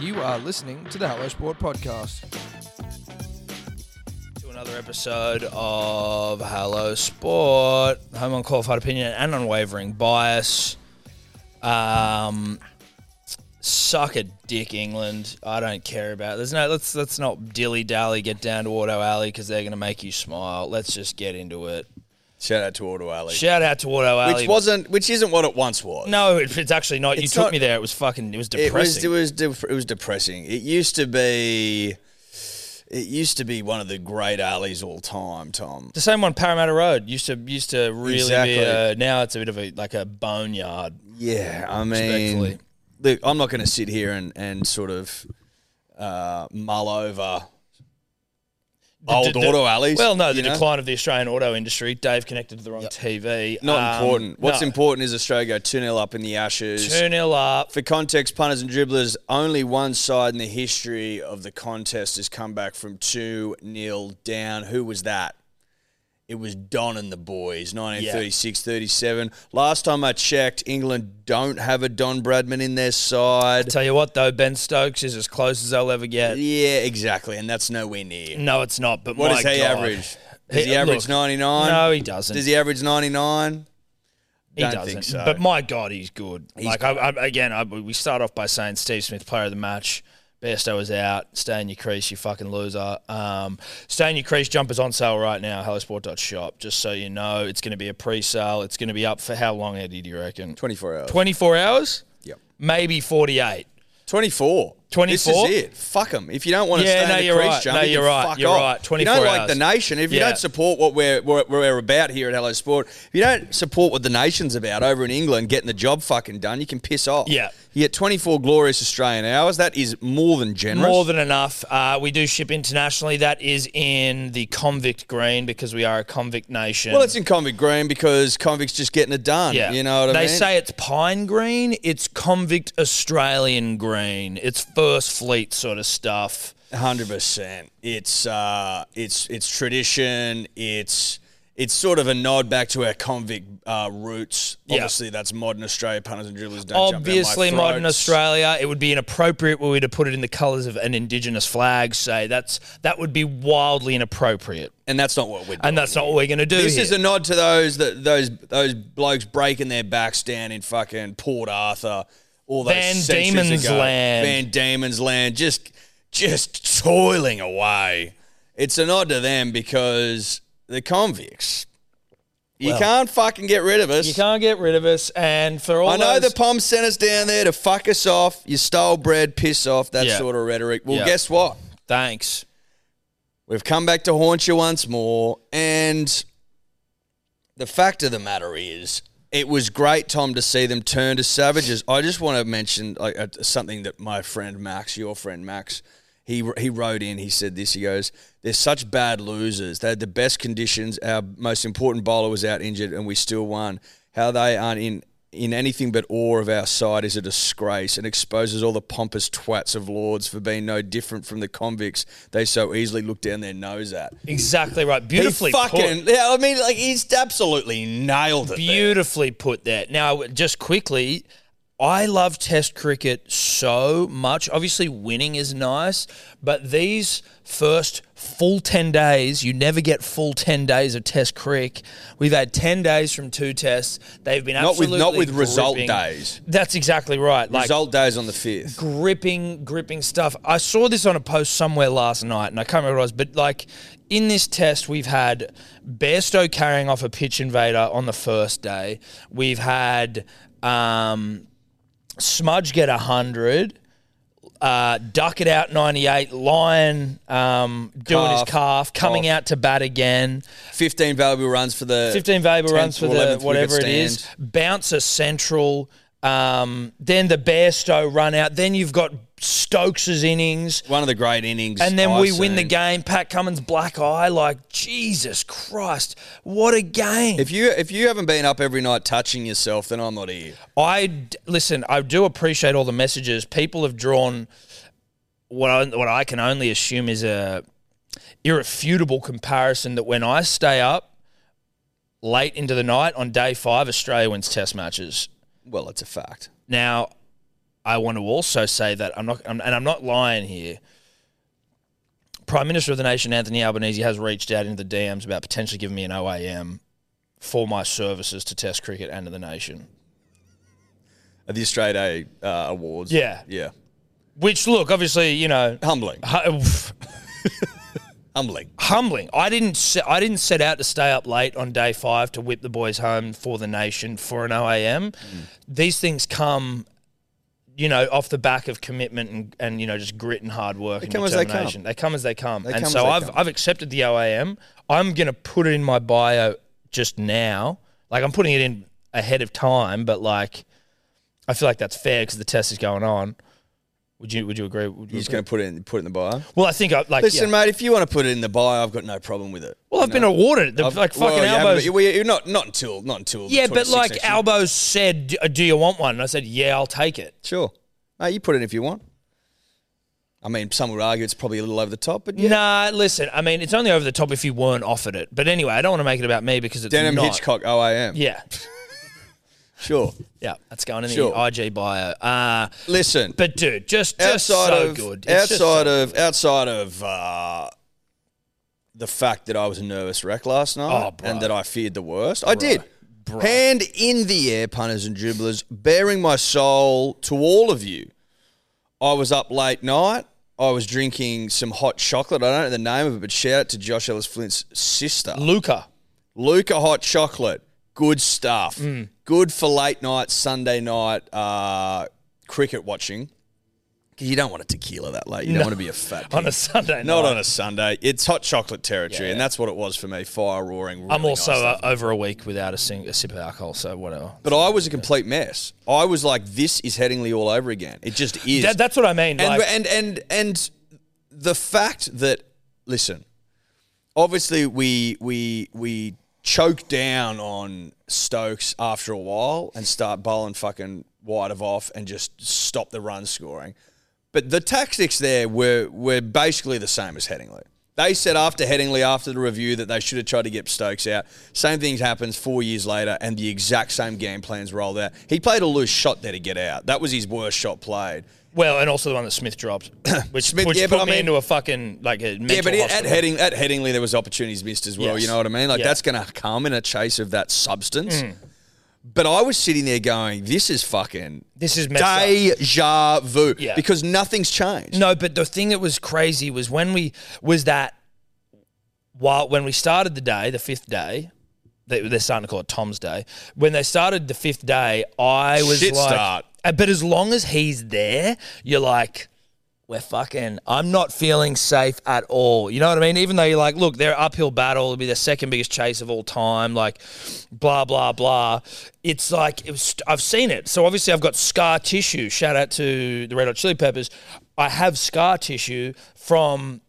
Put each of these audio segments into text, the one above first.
You are listening to the Hello Sport podcast. to another episode of Hello Sport. Home unqualified opinion and unwavering bias. Um, suck a dick, England. I don't care about. There's no. Let's let's not dilly dally. Get down to Auto Alley because they're going to make you smile. Let's just get into it. Shout out to Auto Alley, Shout out to Auto Alley. which wasn't, which isn't what it once was. no, it, it's actually not. you It's took not- me there. It was fucking. It was it was, it depressing. was, de- it was depressing. It used to be, it used to be one of the great alleys all time, Tom. the same one, Parramatta Road used to used to really be. Exactly. A, now it's a bit of a like a boneyard. Yeah, I Respectfully. mean, look, I'm not going to sit here and and sort of uh, mull over old d- d- Auto Alleys. Well, no, the you know? decline of the Australian auto industry. Dave connected to the wrong TV. Not Um, important. What's no. important is Australia go 2 0 up in the Ashes. Two nil up. For context, punters and dribblers, only one side in the history of the contest has come back from 2 0 down. Who was that? It was Don and the boys, 1936 37. Last time I checked, England don't have a Don Bradman in their side. Tell you what, though, Ben Stokes is as close as they'll ever get. Yeah, exactly. And that's nowhere near. No, it's not. But What Mm, my does he God. average? Does he, He- average look, 99? No, he doesn't. Does he average 99? he don't doesn't. think so. But my God, he's good. He's like I, I, again, I, we start off by saying Steve Smith, player of the match. Besto was out. Stay in your crease, you fucking loser. Um, stay in your crease. Jumpers on sale right now. Hellosport.shop. Just so you know, it's going to be a pre-sale. It's going to be up for how long, Eddie? Do you reckon? 24 hours. 24 hours? Yep. Maybe 48. 24. 24? This is it. Fuck them. If you don't want to Yeah, stay no, in the you're crease, right. jump, No, you you're can right. Fuck You're off. right. If 24 you don't like hours. the nation, if you Yeah. don't support what we're, we're, we're about here at Hello Sport, if you don't support what the nation's about over in England, getting the job fucking done, you can piss off. Yeah. You get 24 glorious Australian hours. That is more than generous. More than enough. Uh, we do ship internationally. That is in the convict green because we are a convict nation. well, it's in Convict Green because Convict's just getting it done. yeah. You know what they I mean? say it's pine green. It's convict Australian green. It's first fleet sort of stuff. Hundred percent. It's uh, it's it's tradition. It's it's sort of a nod back to our convict uh, roots. Yeah. Obviously, that's modern Australia. Punters and dribblers don't Obviously, jump down my modern throats. Australia. It would be inappropriate were we to put it in the colours of an indigenous flag. Say that's that would be wildly inappropriate, and that's not what we're. doing. and that's not what we're going to do. This here. is a nod to those that those those blokes breaking their backs down in fucking Port Arthur, all those Van centuries Diemen's ago. Land. Van Diemen's Land, just just toiling away. It's a nod to them because the convicts. You can't fucking get rid of us. you can't get rid of us, and for all I know those- the Poms sent us down there to fuck us off. You stole bread, piss off, that Yeah. sort of rhetoric. Well, Yeah. guess what? thanks. We've come back to haunt you once more. And the fact of the matter is, it was great, Tom, to see them turn to savages. I just want to mention like, uh, something that my friend Max, your friend Max, he, he wrote in. He said this. He goes, "They're such bad losers. They had the best conditions. Our most important bowler was out injured, and we still won. How they aren't in." In anything but awe of our side is a disgrace and exposes all the pompous twats of lords for being no different from the convicts they so easily look down their nose at. Exactly right. He Beautifully fucking, put. yeah, I mean, like, he's absolutely nailed it. there. Beautifully put there. Now, just quickly, I love Test cricket so much. Obviously, winning is nice, but these first full 10 days, you never get full 10 days of Test cricket. We've had 10 days from two tests. They've been Not with- absolutely not with result gripping. days. That's exactly right. Like, Result days on the 5th. gripping, gripping stuff. I saw this on a post somewhere last night, and I can't remember what it was, but like in this test, we've had Bairstow carrying off a pitch invader on the first day. We've had um, Smudge get 100. Uh, duck it out 98 lion um, doing Calf, his calf coming calf. out to bat again 15 valuable runs for the 15 valuable 10th runs for or the 11th whatever it wicket is. stand. Bouncer central. Um, then the Bairstow run out. Then you've got Stokes's innings. One of the great innings. And then I've we win the seen. game. Pat Cummins' black eye. Like, Jesus Christ. What a game. If you if you haven't been up every night touching yourself, then I'm not here. I d- listen. I do appreciate all the messages people have drawn. What I, what I can only assume is a irrefutable comparison that when I stay up late into the night on day five, Australia wins Test matches. Well, it's a fact. Now, I want to also say that I'm not, I'm, and I'm not lying here. Prime Minister of the nation Anthony Albanese has reached out into the DMs about potentially giving me an OAM for my services to Test cricket and to the nation. At the Australia Day uh, Awards. Yeah. Yeah. Which, look, obviously, you know, Humbling. hu- Humbling. humbling. I didn't se- I didn't set out to stay up late on day five to whip the boys home for the nation for an OAM. Mm. These things come, you know, off the back of commitment and, and you know just grit and hard work and come as they come. determination. They come as they come, and come as so they I've come. I've accepted the OAM. I'm gonna put it in my bio just now. Like I'm putting it in ahead of time, but like I feel like that's fair because the test is going on. Would you Would you agree? Would you You're just agree? going to put it in, put it in the bio. well, I think I like. Listen, yeah. mate, if you want to put it in the bio, I've got no problem with it. well, I've been awarded the, I've- like well, fucking you haven't, elbows. but you- well, you're not not until not until. the Yeah, but 26 like section. Albo said, "D- uh, "Do you want one?" And I said, "Yeah, I'll take it." Sure, mate, you put it in if you want. I mean, some would argue it's probably a little over the top, but yeah. Nah, listen. I mean, it's only over the top if you weren't offered it. But anyway, I don't want to make it about me because it's Denham not. Hitchcock OAM. Yeah, Sure. yeah, that's going in Sure. the IG bio. Uh, Listen, but dude, just just outside so of good. It's just so- outside of outside of uh, the fact that I was a nervous wreck last night Oh, bro. and that I feared the worst, I did. Hand in the air, punters and dribblers, bearing my soul to all of you. I was up late night. I was drinking some hot chocolate. I don't know the name of it, but shout out to Josh Ellis Flint's sister. Luca. Luca hot chocolate, good stuff. Mm. Good for late night, Sunday night uh, cricket watching. 'Cause You don't want a tequila that late. You don't want to be a fat. On pig. a Sunday Not night. on a Sunday. It's hot chocolate territory, and that's what it was for me. Fire roaring. I'm really also nice stuff. uh, over a week without a, sing- a sip of alcohol, so whatever. but I was a complete mess. I was like, this is Headingley all over again. It just is. That, that's what I mean. and, like, and and and the fact that listen, obviously we we we choke down on Stokes after a while and start bowling fucking wide of off and just stop the run scoring. But the tactics there were were basically the same as Headingley. They said after Headingley, after the review, that they should have tried to get Stokes out. Same thing happens four years later, and the exact same game plans rolled out. He played a loose shot there to get out. That was his worst shot played. well, and also the one that Smith dropped, which, Smith- which yeah, but put I me mean- into a fucking like a mental Yeah, but it, at hospital. heading at Headingley, there was opportunities missed as well. Yes. You know what I mean? Like Yeah. Mm. that's going to come in a chase of that substance. But I was sitting there going, "This is fucking This is messed up. deja vu," Yeah. because nothing's changed. No, but the thing that was crazy was when we was that while when we started the day, the fifth day, they, they're starting to call it Tom's day. When they started the fifth day, I was Shit like, start. Uh, but as long as he's there, you're like. We're fucking. I'm not feeling safe at all. You know what I mean? Even though you're like, look, their uphill battle will be the second biggest chase of all time. Like, blah blah blah. It's like it was, I've seen it. So obviously, I've got scar tissue. Shout out to the Red Hot Chili Peppers. I have scar tissue from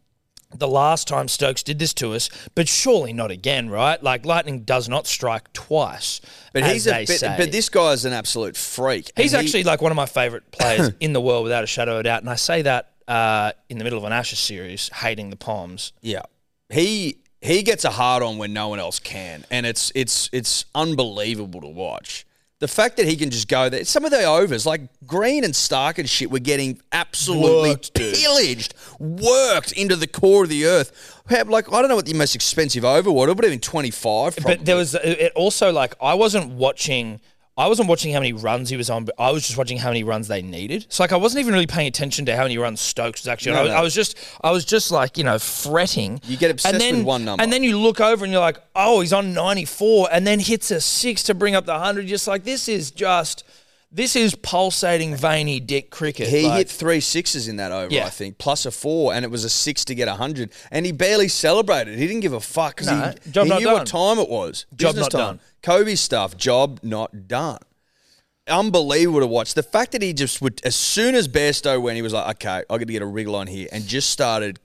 the last time Stokes did this to us, but surely not again, right? Like lightning does not strike twice. But as he's a they bit, say. but this guy's an absolute freak. he's And he- actually like one of my favorite players in the world without a shadow of a doubt, and I say that uh, in the middle of an Ashes series, hating the Palms. yeah he he gets a hard on when no one else can, and it's it's it's unbelievable to watch. The fact that he can just go there, some of the overs, like Green and Stark and shit, were getting absolutely Worked, dude. pillaged, worked into the core of the earth. How- Like, I don't know what the most expensive over was. It would have been 25. But there was uh, it also like I wasn't watching. I wasn't watching how many runs he was on, but I was just watching how many runs they needed. So like I wasn't even really paying attention to how many runs Stokes was actually. on. No, I, was, I no. was just I was just like you know fretting. You get obsessed and then, with one number. and then you look over and you're like, oh, he's on 94, and then hits a six to bring up the hundred. Just like this is just this is pulsating veiny dick cricket. He Like, hit three sixes in that over, Yeah. I think, plus a four, and it was a six to get a 100. And he barely celebrated. He didn't give a fuck because No, he, job he not knew what done. time it was. Job Business not time. done. Kobe stuff, job not done. Unbelievable to watch. The fact that he just would, as soon as Bairstow went, he was like, okay, I got to get a wriggle on here, and just started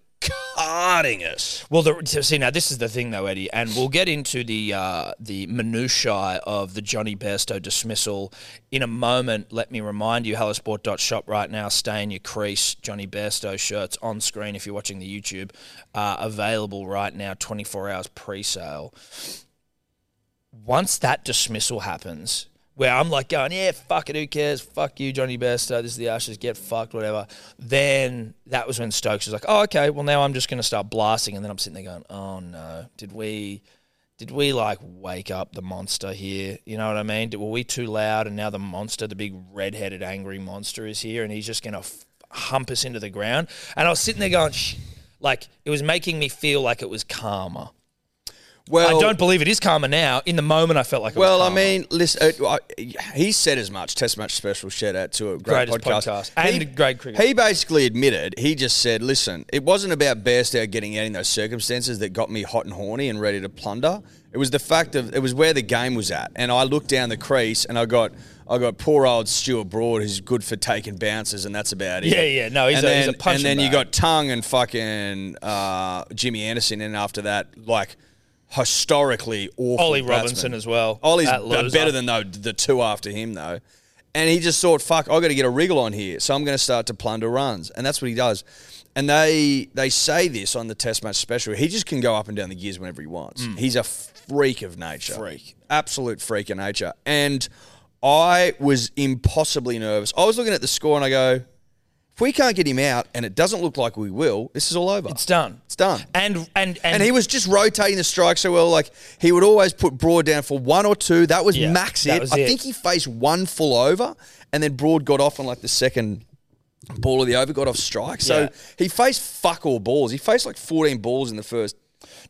carding us. Well, the, so see now this is the thing though, Eddie, and we'll get into the uh, the minutiae of the Johnny Bairstow dismissal in a moment. Let me remind you, hellosport.shop right now. Stay in your crease. Johnny Bairstow shirts on screen if you're watching the YouTube, uh, available right now, 24 hours pre-sale. Once that dismissal happens, where I'm like going, yeah, fuck it, who cares? Fuck you, Johnny Bester. This is the Ashes, get fucked, whatever. Then that was when Stokes was like, oh, okay, well now I'm just going to start blasting, and then I'm sitting there going, oh no, did we, did we like wake up the monster here? You know what I mean? Did, were we too loud, and now the monster, the big red-headed angry monster, is here, and he's just going to f- hump us into the ground? And I was sitting there going, Shh. like it was making me feel like it was calmer. Well, I don't believe it is calmer now. In the moment, I felt like it was Well, I calmer. mean, listen, uh, I- he said as much. Test match special shout out to a great Greatest podcast. And great cricket. He basically admitted. He just said, "Listen, it wasn't about Bairstow getting out in those circumstances that got me hot and horny and ready to plunder. It was the fact of it was where the game was at. And I looked down the crease and I got." I got poor old Stuart Broad, who's good for taking bounces, and that's about it. Yeah, yeah, no, he's and a- he's a then- punching And then you bag. got Tongue and fucking uh, Jimmy Anderson, and after that, like historically awful. Ollie batsmen. Robinson as well. Ollie's That b- loser. better than though the two after him though, and he just thought, "Fuck, I got to get a wriggle on here, so I'm going to start to plunder runs," and that's what he does. And they they say this on the Test match special. He just can go up and down the gears whenever he wants. Mm. He's a freak of nature, freak, absolute freak of nature. And I was impossibly nervous. I was looking at the score and I go, "If we can't get him out, and it doesn't look like we will, this is all over. It's done. It's done." And and and, And he was just rotating the strike so well. Like he would always put Broad down for one or two. That was Yeah, max that it. was I it. think he faced one full over, and then Broad got off on like the second ball of the over, got off strike. So Yeah. he faced fuck all balls. He faced like fourteen balls in the first.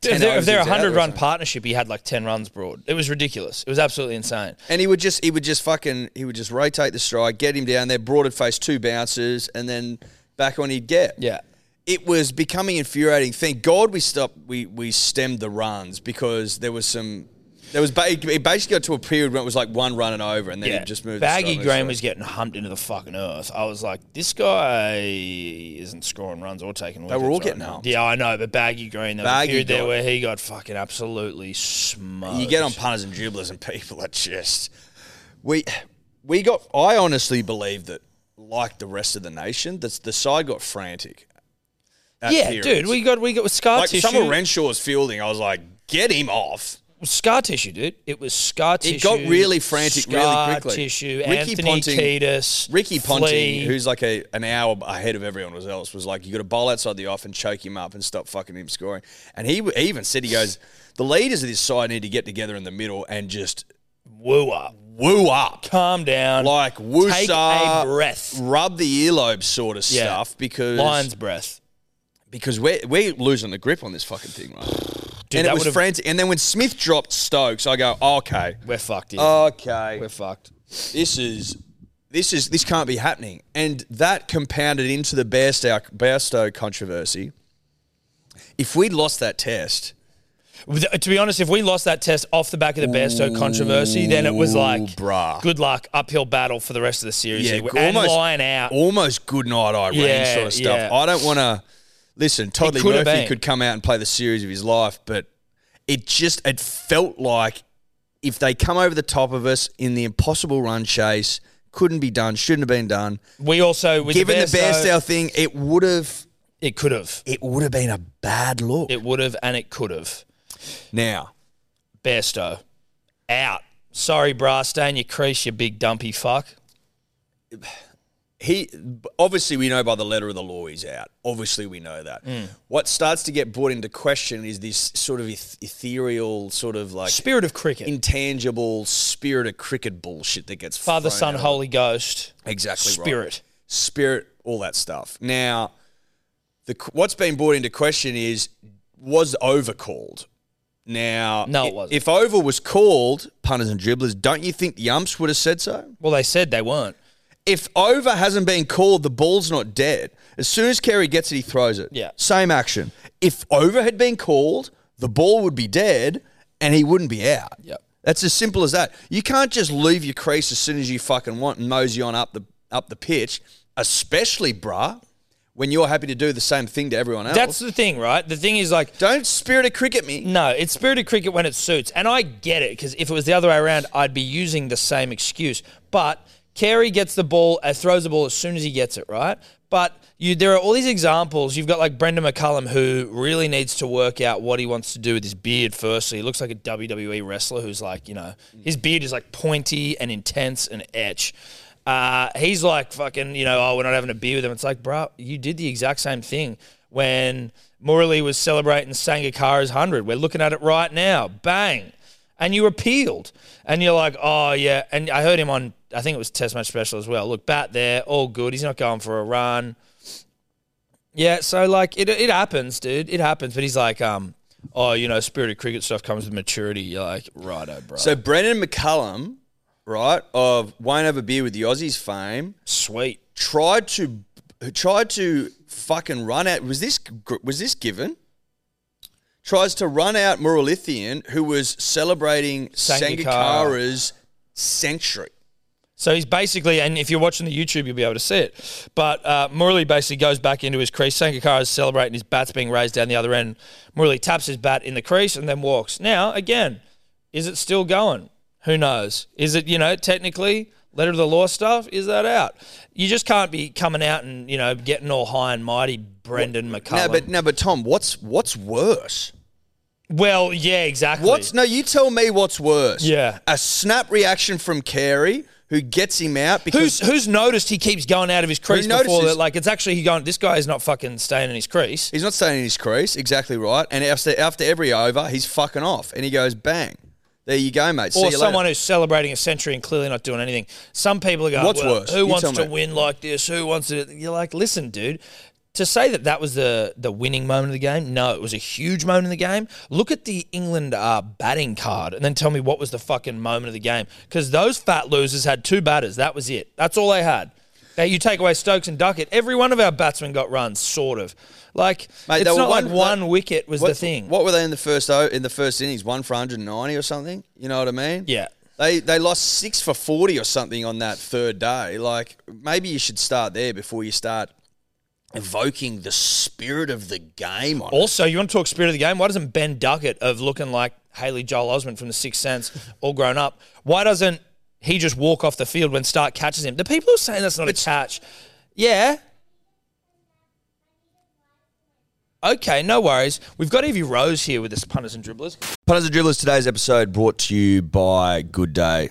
10 if they're, overs if they're a he's out hundred or run something. partnership, he had like ten runs broad. It was ridiculous. It was absolutely insane. And he would just he would just fucking he would just rotate the strike, get him down there. Broad had faced two bounces, and then back on he'd get. Yeah. it was becoming infuriating. Thank God we stopped. We we stemmed the runs because there was some. There was ba- it basically got to a period when it was like one run and over, and then Yeah, it just moved. Baggy the Graham was getting humped into the fucking earth. I was like, this guy isn't scoring runs or taking. They were all getting humped. Yeah, I know, but Baggy Green, there was a Baggy period there got- where he got fucking absolutely smoked. You get on punters and dribblers, and people are just we we got. I honestly believe that, like the rest of the nation, that the side got frantic. at yeah, periods. dude. We got we got with scar like tissue. some of Renshaw's fielding. I was like, get him off. scar tissue, dude. It was scar tissue. got really frantic really scar quickly. Tissue. Ricky Anthony Ponting- Kiedis, Ricky Ponting, Flea. who's like a, an hour ahead of everyone else, was like, "You got to bowl outside the off and choke him up and stop fucking him scoring." And he, he even said, "He goes, the leaders of this side need to get together in the middle and just woo up, woo up, calm down, like take a woosah, breath, rub the earlobe sort of Yeah. stuff," because lion's breath. because we're we're losing the grip on this fucking thing, right? Dude, and that it was would've- frantic. And then when Smith dropped Stokes, I go, "Okay, We're fucked. Here. Oh. okay, we're fucked. this is this is this can't be happening. And that compounded into the Bairstow, Bairstow controversy. If we lost that test, With- To be honest, if we lost that test off the back of the Bairstow controversy, then it was like, bruh. good luck, uphill battle for the rest of the series. here. and almost lying out. almost good night Irene Yeah, sort of stuff. yeah. I don't want to listen. Todd It Lee could have Murphy been. could come out and play the series of his life, but it just it felt like if they come over the top of us in the impossible run chase, couldn't be done, shouldn't have been done. we also, with Given the Bairstow, Bairstow thing, it would have it could have, it would have been a bad look. it would have, and it could have. now. Bairstow, out. Sorry, brah, stay in your crease, you big dumpy fuck. he obviously we know by the letter of the law he's out. Obviously we know that. Mm. What starts to get brought into question is this sort of eth- ethereal, sort of like Spirit of cricket, intangible spirit of cricket bullshit that gets Father, thrown Son, out. Holy Ghost, exactly right. Spirit. spirit, all that stuff. Now, the qu- what's been brought into question is was over called. Now, No, i- it wasn't. If over was called, punters and dribblers, don't you think the umps would have said so? Well, they said they weren't. if over hasn't been called, the ball's not dead. As soon as Kerry gets it, he throws it. Yeah. Same action. If over had been called, the ball would be dead and he wouldn't be out. Yep. That's as simple as that. You can't just leave your crease as soon as you fucking want and mosey on up the up the pitch, especially, bruh, when you're happy to do the same thing to everyone else. That's the thing, right? The thing is, like, Don't spirit of cricket me. No, it's spirited cricket when it suits. And I get it because if it was the other way around, I'd be using the same excuse. But Carey gets the ball, uh, throws the ball as soon as he gets it, right? But you, there are all these examples. You've got like Brendan McCullum, who really needs to work out what he wants to do with his beard. Firstly, he looks like a WWE wrestler who's like, you know, his beard is like pointy and intense and etch. Uh, he's like fucking, you know, oh, we're not having a beer with him. It's like, bro, you did the exact same thing when Morley was celebrating Sangakkara's hundred. We're looking at it right now. Bang and you appealed and you're like oh yeah and i heard him on i think it was test match special as well look bat there all good he's not going for a run yeah so like it, it happens dude it happens but he's like um oh you know spirit of cricket stuff comes with maturity you're like righto bro So Brendan McCullum, right, of won't have a beer with the Aussies fame, sweet tried to tried to fucking run out. Was this was this given? Tries to run out Muralithian, who was celebrating Sangakkara. Sangakkara's century. So he's basically, and if you're watching the YouTube, you'll be able to see it. But uh, Murley basically goes back into his crease. Sangakkara is celebrating his bat's being raised down the other end. Murley taps his bat in the crease and then walks. Now, again, is it still going? Who knows? Is it, you know, technically, letter of the law stuff? Is that out? You just can't be coming out and, you know, getting all high and mighty, Brendan McCullum. No, but no, but Tom, what's what's worse? well, yeah, exactly. What's no? You tell me what's worse. Yeah. a snap reaction from Carey, who gets him out because Who's, who's noticed he keeps going out of his crease before notices? that? Like, it's actually he going, this guy is not fucking staying in his crease. He's not staying in his crease, exactly right. And after, after every over, he's fucking off, and he goes bang. There you go, mate. See or you someone later. who's celebrating a century and clearly not doing anything. Some people are going, What's well, worse? Who You wants tell to me." win like this? Who wants to? You're like, listen, dude. To say that that was the the winning moment of the game, no, it was a huge moment of the game. Look at the England uh, batting card, and then tell me what was the fucking moment of the game? Because those fat losers had two batters. That was it. That's all they had. Now you take away Stokes and Duckett, every one of our batsmen got runs, sort of. Like Mate, it's they were not like one- one wicket was what, the thing. What were they in the first o- in the first innings? One for 190 or something. You know what I mean? Yeah. They they lost six for 40 or something on that third day. Like maybe you should start there before you start evoking the spirit of the game. On it. Also, you want to talk spirit of the game? Why doesn't Ben Duckett of looking like Haley Joel Osment from The Sixth Sense, all grown up, why doesn't he just walk off the field when Stark catches him? The people who are saying that's not a catch, yeah. Okay, no worries. We've got Evie Rose here with us, punters and dribblers. Punters and Dribblers, today's episode brought to you by Good Day,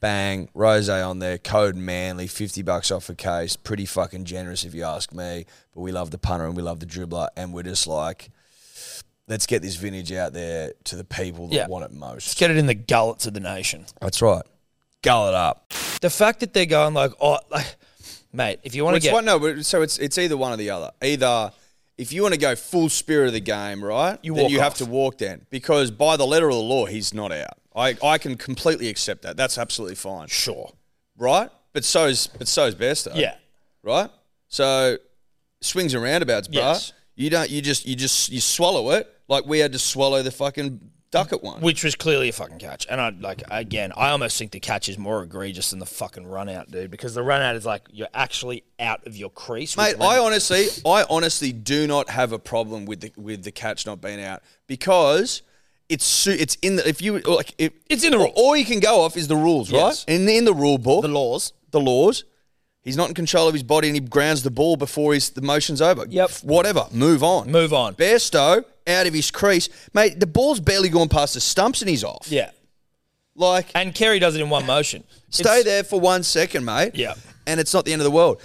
bang, rose on there, code Manly, fifty bucks off a case. Pretty fucking generous if you ask me. But we love the punter and we love the dribbler, and we're just like, let's get this vintage out there to the people that Yeah. want it most. Let's get it in the gullets of the nation. That's right. Gullet up. The fact that they're going like, oh, like, mate, if you want to Which get one, no, but- so it's it's either one or the other. Either if you want to go full spirit of the game, right, You then walk you have off. to walk then because by the letter of the law, he's not out. I, I can completely accept that. That's absolutely fine, sure, right? But so's but so's Besto, yeah, right. So swings and roundabouts, bro. Yes. You don't. You just you just you swallow it like we had to swallow the fucking ducket one. which was clearly a fucking catch. And I like again, I almost think the catch is more egregious than the fucking run out, dude, because the run out is like you're actually out of your crease, Mate, with I Leonard. honestly, I honestly do not have a problem with the with the catch not being out because it's su- it's in the if you like if, It's in the rules. All you can go off is the rules, Yes. right? In the, in the rule book, the laws. the laws. He's not in control of his body, and he grounds the ball before his the motion's over. Yep. Whatever. Move on. Move on. Bairstow out of his crease, mate. The ball's barely gone past the stumps, and he's off. Yeah, Like and Kerry does it in one motion. Stay It's- there for one second, mate. Yeah. And it's not the end of the world.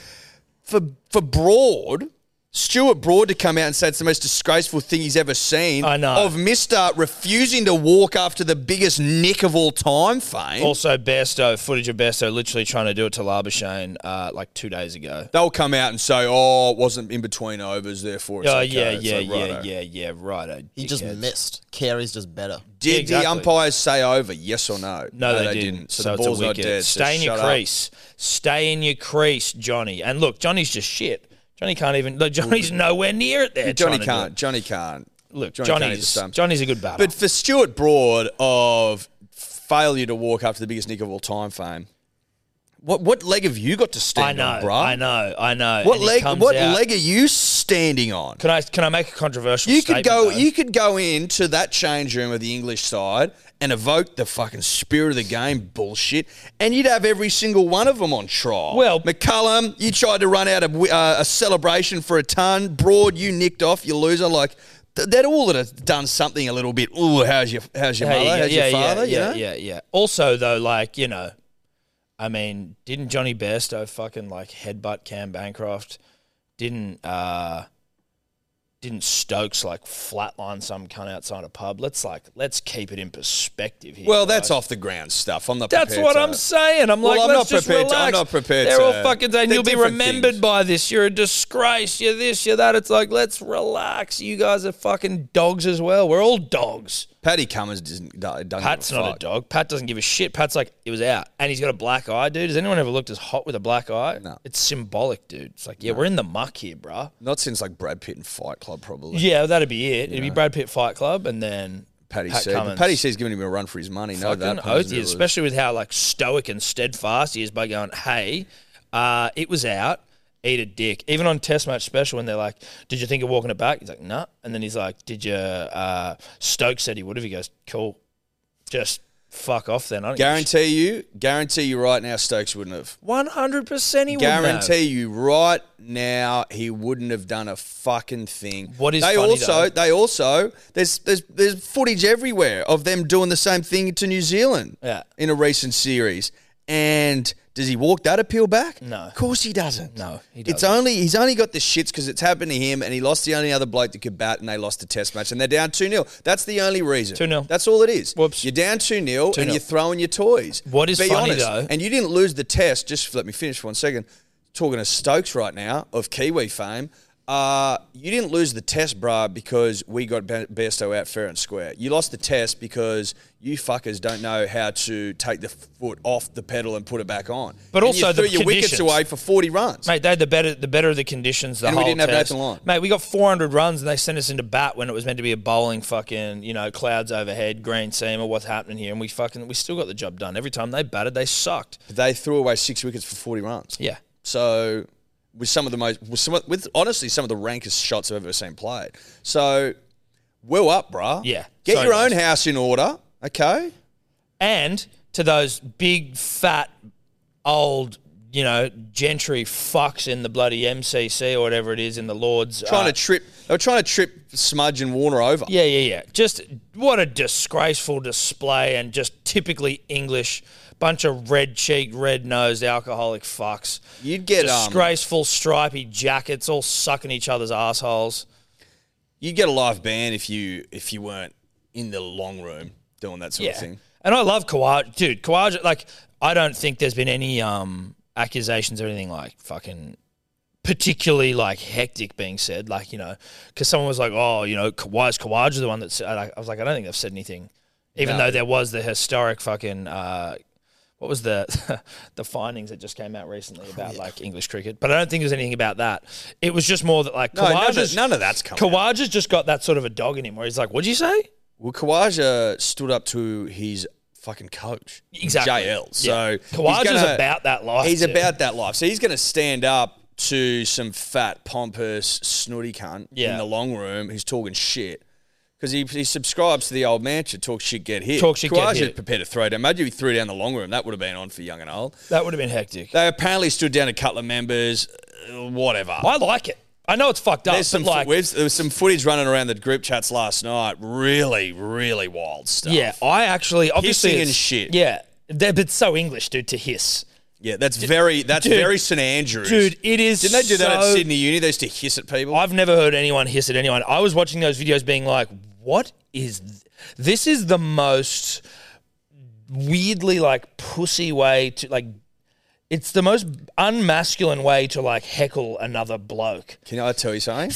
For for Broad, Stuart Broad to come out and say it's the most disgraceful thing he's ever seen. I know. Of Mister refusing to walk after the biggest nick of all time, fame. Also, Besto footage of Besto literally trying to do it to Labashane uh, like two days ago. They'll come out and say, "Oh, it wasn't in between overs, therefore." It's Oh okay. yeah, It's yeah, like, yeah, righto. yeah, yeah, right. He just missed. Carey's just better. Did the Exactly. umpires say over? Yes or no? No, they, didn't. So, So, the it's a ball's not wicket. dead. so Stay in your shut up. crease. Stay in your crease, Johnny. And look, Johnny's just shit. Johnny can't even. Look, Johnny's nowhere near it there. trying Johnny to do can't. Johnny can't. it. Look, Johnny can't hit the Johnny's stumps. Johnny's a good batter. But for Stuart Broad of failure to walk after the biggest nick of all time fame, what what leg have you got to I stand know, on, bruh? I know, I know. What And he leg? comes What out- leg are you standing on? Can I can I make a controversial? You could statement, go. though? You could go into that change room of the English side and evoke the fucking spirit of the game bullshit, and you'd have every single one of them on trial. Well- McCullum, you tried to run out of wi- uh, a celebration for a ton. Broad, you nicked off. You loser. Like th- they'd all that have done something a little bit. Ooh, how's your how's your Hey, mother? yeah, how's yeah, your father? Yeah, you know? yeah, yeah. Also, though, like you know, I mean, didn't Johnny Bairstow fucking like headbutt Cam Bancroft? Didn't uh didn't Stokes like flatline some cunt outside a pub? Let's like let's keep it in perspective here. Well, that's guys. off the ground stuff. I'm not. That's prepared what to- I'm saying. I'm like, Well, I'm let's not just prepared to- I'm relax. not prepared They're to- all fucking saying They're you'll be different remembered things. by this. You're a disgrace. You're this. You're that. It's like let's relax. You guys are fucking dogs as well. We're all dogs. Paddy Cummins doesn't. doesn't give Pat's a not Oh, fuck. a dog. Pat doesn't give a shit. Pat's like, it was out. And he's got a black eye, dude. Has anyone ever looked as hot with a black eye? No. It's symbolic, dude. It's like, yeah, we're in the muck here, bruh. Not since like Brad Pitt and Fight Club, probably. Yeah, that'd be it. It'd be Brad Pitt Fight Club and then Paddy Pat C. Cummins. Paddy C's giving him a run for his money. No, Fucking that oath punters he is, it was- especially with how like stoic and steadfast he is by going, hey, uh, it was out. Eat a dick. Even on Test Match Special, when they're like, "Did you think of walking it back?" He's like, "Nah." And then he's like, "Did you?" Uh, Stokes said he would have. He goes, "Cool, just fuck off then." I don't give a shit." Guarantee you, guarantee you right now, Stokes wouldn't have. One hundred percent, he guarantee you right now, he wouldn't have done a fucking thing. What is they funny, also? though- They also there's there's there's footage everywhere of them doing the same thing to New Zealand. Yeah. in a recent series, and does he walk that appeal back? No. of course he doesn't. No, he It's doesn't. only he's only got the shits because it's happened to him, and he lost the only other bloke that could bat, and they lost the test match, and they're down two 0 That's the only reason. 2-0. That's all it is. Whoops. You're down two 0 and 2-0. you're throwing your toys. What is Be funny, honest. though- And you didn't lose the test. Just let me finish for one second. Talking to Stokes right now of Kiwi fame. Uh, you didn't lose the test, bruh, because we got Be- Besto out fair and square. You lost the test because you fuckers don't know how to take the foot off the pedal and put it back on. But And you also the threw your wickets conditions. away for forty runs. Mate, they had the better the better of the conditions. The And we whole didn't have test. Nathan Lyon. Mate, we got four hundred runs and they sent us into bat when it was meant to be a bowling fucking you know clouds overhead, green seam or what's happening here, and we fucking we still got the job done. Every time they batted, they sucked. They threw away six wickets for forty runs. Yeah, So with some of the most with, some, of- with honestly some of the rankest shots I've ever seen played. So Well up, bruh. Yeah, Get so your own nice. house in order, okay? and to those big fat old you know gentry fucks in the bloody MCC or whatever it is in the Lords Trying uh, to trip. They were trying to trip Smudge and Warner over. Yeah, yeah, yeah. Just what a disgraceful display and just typically English bunch of red cheeked, red nosed alcoholic fucks. You'd get um, disgraceful stripy jackets all sucking each other's assholes. you'd get a live ban if you if you weren't in the long room doing that sort Yeah. of thing. And I love Kawaja. Dude, Kawaja, like, I don't think there's been any um, accusations or anything like fucking particularly like hectic being said. Like, you know, because someone was like, oh, you know, Ka- why is Kawaja the one that said, I I was like, I don't think they've said anything. Even though there was the historic fucking, uh, what was the the findings that just came out recently about like English cricket? But I don't think there's anything about that. It was just more that like No, none Kawaja's, of, none of that's coming. out. Kawaja's just got that sort of a dog in him where he's like, what'd you say? Well, Kawaja stood up to his fucking coach, Exactly. JL. So Yeah. he's Kawaja's gonna- about that life. He's too. about that life. So he's going to stand up to some fat, pompous, snooty cunt Yeah. in the long room who's talking shit. Because he, he subscribes to the old mantra, talk shit, get hit. Talk shit, get Kawaja hit. prepared to throw down. Imagine if he threw down the long room. That would have been on for young and old. That would have been hectic. They apparently stood down a couple of members, uh, whatever. I like it. I know it's fucked up, There's some, but like, we've- there was some footage running around the group chats last night. Really, really wild stuff. yeah, I actually obviously Hissing it's- and shit. Yeah, they're, but it's so English, dude, to hiss, Yeah, that's very that's Dude. very St Andrews. dude. It is. Didn't they do that so- at Sydney Uni? They used to hiss at people. I've never heard anyone hiss at anyone. I was watching those videos, being like, "What is th- this? Is the most weirdly like pussy way to like." It's the most unmasculine way to like heckle another bloke. Can I tell you something?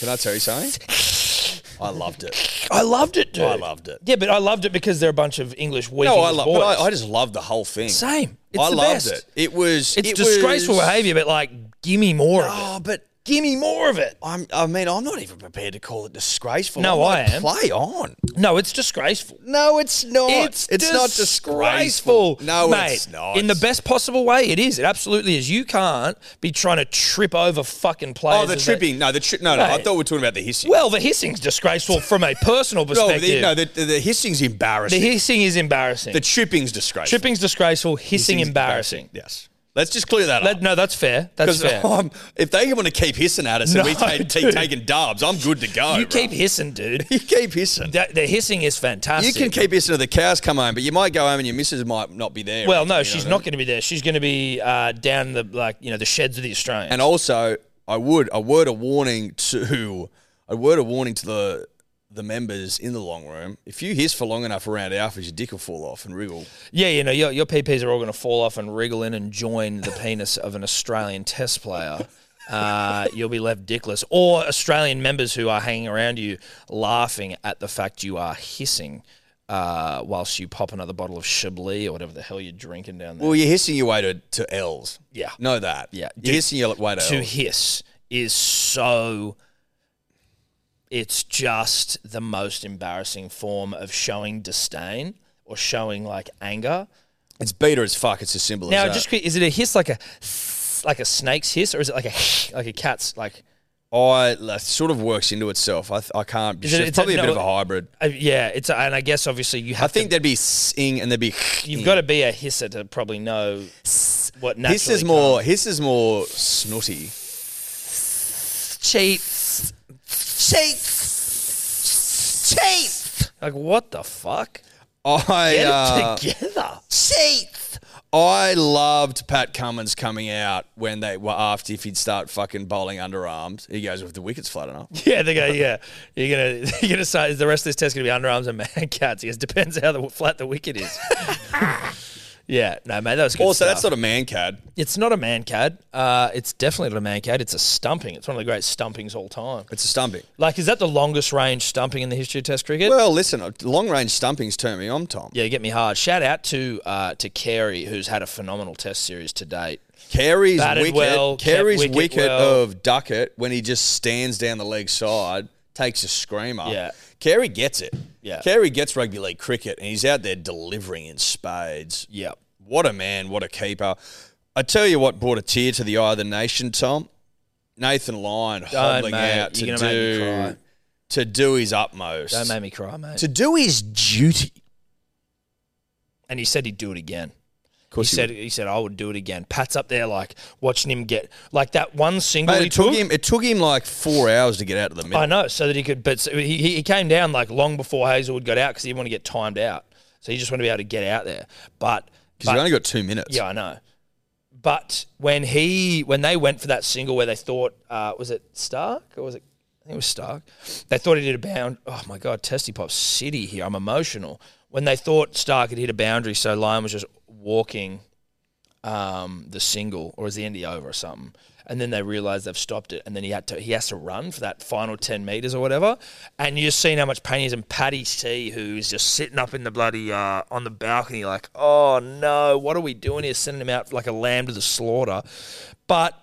Can I tell you something? I loved it. I loved it, dude. I loved it. Yeah, but I loved it because they're a bunch of English weak. No, I English love. boys. But I, I just loved the whole thing. Same. It's I the loved best. it. It was. It's it disgraceful was- behaviour, but like, give me more of Oh, it. but Give me more of it. I'm. I mean, I'm not even prepared to call it disgraceful. No, I'm like, I am. Play on. No, it's disgraceful. No, it's not. It's, not disgraceful. No, Mate, it's not. In the best possible way, it is. It absolutely is. You can't be trying to trip over fucking players. Oh, the as they- tripping. No, the trip. No, no. I Mate. thought we were talking about the hissing. well, the hissing's disgraceful from a personal no, perspective. the, the, no, the, the, the hissing's embarrassing. The, hissing is embarrassing. The tripping's disgraceful. tripping's disgraceful. Hissing, Hissing's embarrassing. Yes. Let's just clear that up. That- no, that's fair. That's fair. Because um, if they want to keep hissing at us and No, we take, keep dude. taking dubs, I'm good to go. you bro. keep hissing, dude. you keep hissing. That- the hissing is you fantastic. can keep hissing till the cows come home, but you might go home and your missus might not be there. Well, You no, know she's what I not mean? going to be there. She's going to be uh, down the like you know the sheds of the Australians. And also, I would a word of warning to a word of warning to the the members in the long room. If you hiss for long enough around alphas, your dick will fall off and wriggle. yeah, you know your, your PPs are all going to fall off and wriggle in and join the penis of an Australian Test player. Uh, you'll be left dickless, or Australian members who are hanging around you laughing at the fact you are hissing uh, whilst you pop another bottle of Chablis or whatever the hell you're drinking down there. Well, you're hissing your way to, to L's. Yeah. know that. Yeah. you're hissing your way to, to L's. hiss is so it's just the most embarrassing form of showing disdain or showing like anger. It's beta as fuck. It's as simple Now, as that. just quick, is it a hiss like a like a snake's hiss, or is it like a like a cat's like? I that sort of works into itself. I, th- I can't. it- it's it's a- probably a, bit no, of a hybrid. Uh, yeah, it's a, and I guess obviously you I have think to, there'd be sing and there'd be. you've got to be a hisser to probably know what naturally His is more. His is more snooty. cheats, cheats, cheats. Like what the fuck? I Get uh, it together. Cheats. I loved Pat Cummins coming out when they were asked if he'd start fucking bowling underarms. He goes, "If the wicket's flat enough." Yeah, they go. Yeah, you're gonna you're gonna say is the rest of this test gonna be underarms and man cats? Yes, depends how the, flat the wicket is. yeah, no, mate, that was good. Also, stuff. that's not a man cad. it's not a man cad. Uh, it's definitely not a man cad. It's a stumping. It's one of the great stumpings all time. It's a stumping. Like, is that the longest range stumping in the history of Test cricket? Well, listen, uh, long range stumpings turn me on, Tom. yeah, get me hard. Shout out to uh, to Carey, who's had a phenomenal Test series to date. Carey's Batted wicket, well, kept Carey's wicket wicket, well. of Duckett when he just stands down the leg side, takes a screamer. Yeah. Carey gets it. Yeah. Carey gets rugby league cricket and he's out there delivering in spades. Yep. What a man, what a keeper. I tell you what brought a tear to the eye of the nation, Tom. Nathan Lyon hobbling mate. out to You're do gonna make me cry. to do his utmost. Don't make me cry, mate. to do his duty. and he said he'd do it again. Of He course he said he said I would do it again. Pat's up there like watching him get like that one single Mate, he it took took. him. It took him like four hours to get out of the middle. I know, so that he could. But so he, he he came down like long before Hazelwood got out because he didn't want to get timed out. So he just wanted to be able to get out there. But Because but- you only got two minutes. yeah, I know. But when he when they went for that single where they thought uh, was it Stark or was it I think it was Stark, they thought he did a bound. Oh my God, Testy Pop City here. I'm emotional. When they thought Stark had hit a boundary, so Lyon was just walking um, the single or is the indie over or something. And then they realised they've stopped it, and then he had to he has to run for that final ten meters or whatever. And you just seen how much pain he is, and Paddy C, who's just sitting up in the bloody uh, on the balcony, like, oh no, what are we doing here? Sending him out like a lamb to the slaughter. But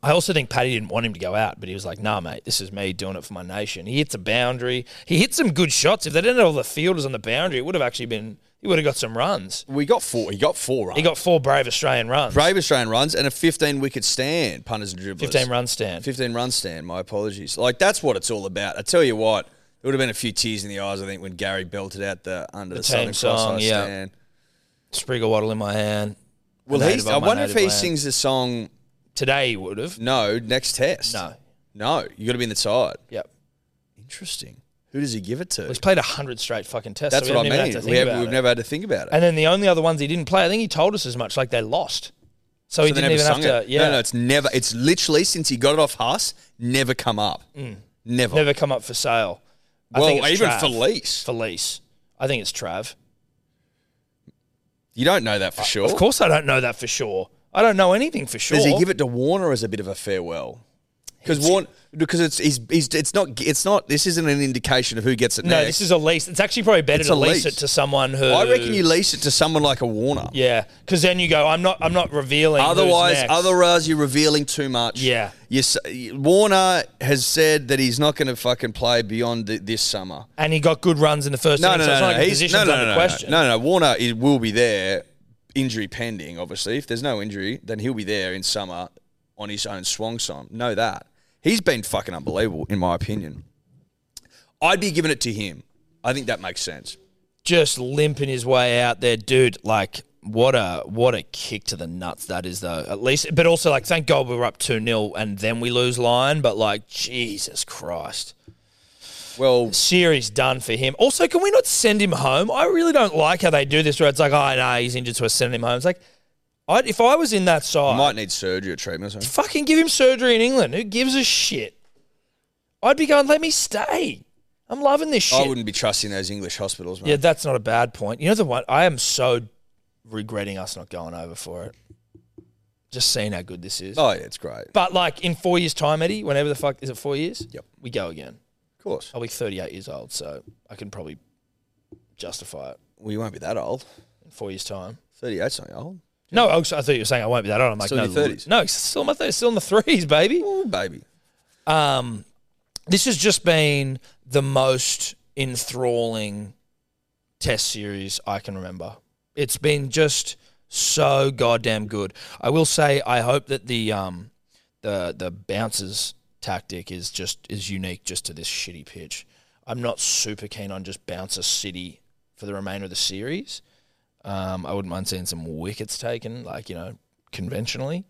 I also think Paddy didn't want him to go out, but he was like, nah, mate, this is me doing it for my nation. He hits a boundary. He hit some good shots. If they didn't have all the fielders on the boundary, it would have actually been he would have got some runs. we got four. He got four runs. He got four brave Australian runs. brave Australian runs and a fifteen wicket stand. Punters and dribblers. 15 run stand. 15 run stand. My apologies. Like that's what it's all about. I tell you what, there would have been a few tears in the eyes. I think when Gary belted out the under the, Southern team song, Cross High yeah. stand. Spriggle waddle in my hand. Well, Native he's, on I my wonder if native he land. sings the song. Today he would have. No, next test. No. no, you got to be in the side. Yep. Interesting. Who does he give it to? He's played 100 straight fucking tests. That's so we what I haven't even had to mean. think We have, about we've it. never had to think about it. And then the only other ones he didn't play, I think he told us as much, like they lost. So, he So didn't they never even have sung to. it. Yeah. No, no, it's never. It's literally since he got it off Huss, never come up. Never. Mm. never come up for sale. I Well, think it's even Trav. Felice. Felice. I think it's Trav. You don't know that for sure. Of course, I don't know that for sure. I don't know anything for sure. Does he give it to Warner as a bit of a farewell? Because Warner, because it's he's, he's, it's not it's not. This isn't an indication of who gets it no, next. this is a lease. It's actually probably better It's to a lease. lease. it to someone who. I reckon you lease it to someone like a Warner. Yeah, because then you go. I'm not. I'm not revealing. who's Otherwise, next. otherwise you're revealing too much. Yeah. You, s- Warner has said that he's not going to fucking play beyond th- this summer. and he got good runs in the first. No, inning, no, so no, it's no, not like the he's- position's no, no, under no, no, question. no, no. Warner is, will be there, injury pending. Obviously, if there's no injury, then he'll be there in summer on his own swang song. Know that he's been fucking unbelievable, in my opinion. I'd be giving it to him. I think that makes sense. just limping his way out there, dude. Like what a what a kick to the nuts that is, though. At least, but also like, thank God we were up two 0 and then we lose line. But like, Jesus Christ, Well, series done for him. Also, can we not send him home? I really don't like how they do this. Where it's like, oh no, he's injured, so we're sending him home. It's like, I, if I was in that I side, might need surgery or treatment. Or something. fucking give him surgery in England. Who gives a shit? I'd be going, let me stay. I'm loving this shit. I wouldn't be trusting those English hospitals, mate. Yeah, that's not a bad point. You know the one I am so regretting us not going over for it. Just seeing how good this is. Oh yeah, it's great. Of But like in four years' time, Eddie, whenever the fuck is it four years? Yep. We go again. course. I'll be thirty eight years old, so I can probably justify it Well, you won't be that old. in four years' time. 38's not old. No, I was- I thought you were saying I won't be that old. I'm like, Still no, in your 30s. no, it's still in my thirties, still in the threes, baby. Oh, baby. Um, this has just been the most enthralling test series I can remember. It's been just so goddamn good. I will say, I hope that the um, the the bounces tactic is just is unique just to this shitty pitch. I'm not super keen on just bouncer city for the remainder of the series. Um, I wouldn't mind seeing some wickets taken, like you know, conventionally.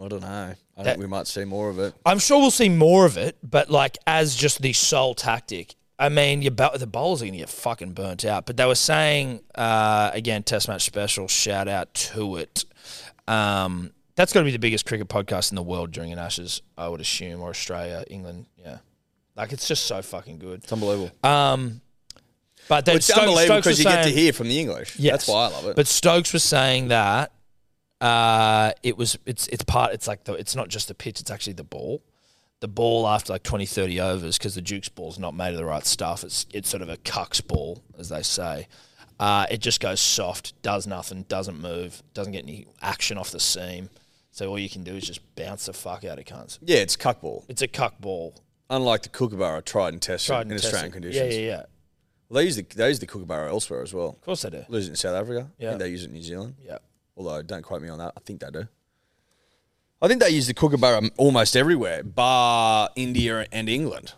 I don't know. I That- think we might see more of it. I'm sure we'll see more of it, but like as just the sole tactic. I mean, your bow- the bowlers are going to get fucking burnt out. But they were saying uh, again, Test match special. Shout out to it. Um, that's got to be the biggest cricket podcast in the world during an Ashes, I would assume, or Australia, England. Yeah, like it's just so fucking good. It's unbelievable. Um, but then Well, it's Stokes, unbelievable Stokes was because you get to saying- hear from the English. Yes. That's why I love it. But Stokes was saying that uh, it was it's it's part it's like the it's not just the pitch, it's actually the ball. The ball after like 20, 30 overs because the Duke's ball's not made of the right stuff. It's it's sort of a cuck's ball, as they say. Uh, it just goes soft, does nothing, doesn't move, doesn't get any action off the seam. So all you can do is just bounce the fuck out of cunts. yeah, it's cuckball. It's a cuck ball. Unlike the kookaburra tried and tested Tried and in tested. Australian conditions. Yeah, yeah, yeah. Of Well, they use the they use the kookaburra elsewhere as well. course they do. Lose it in South Africa. I Yeah. think they use it in New Zealand. Yeah. Although don't quote me on that. I think they do. I think they use the kookaburra almost everywhere, bar India and England.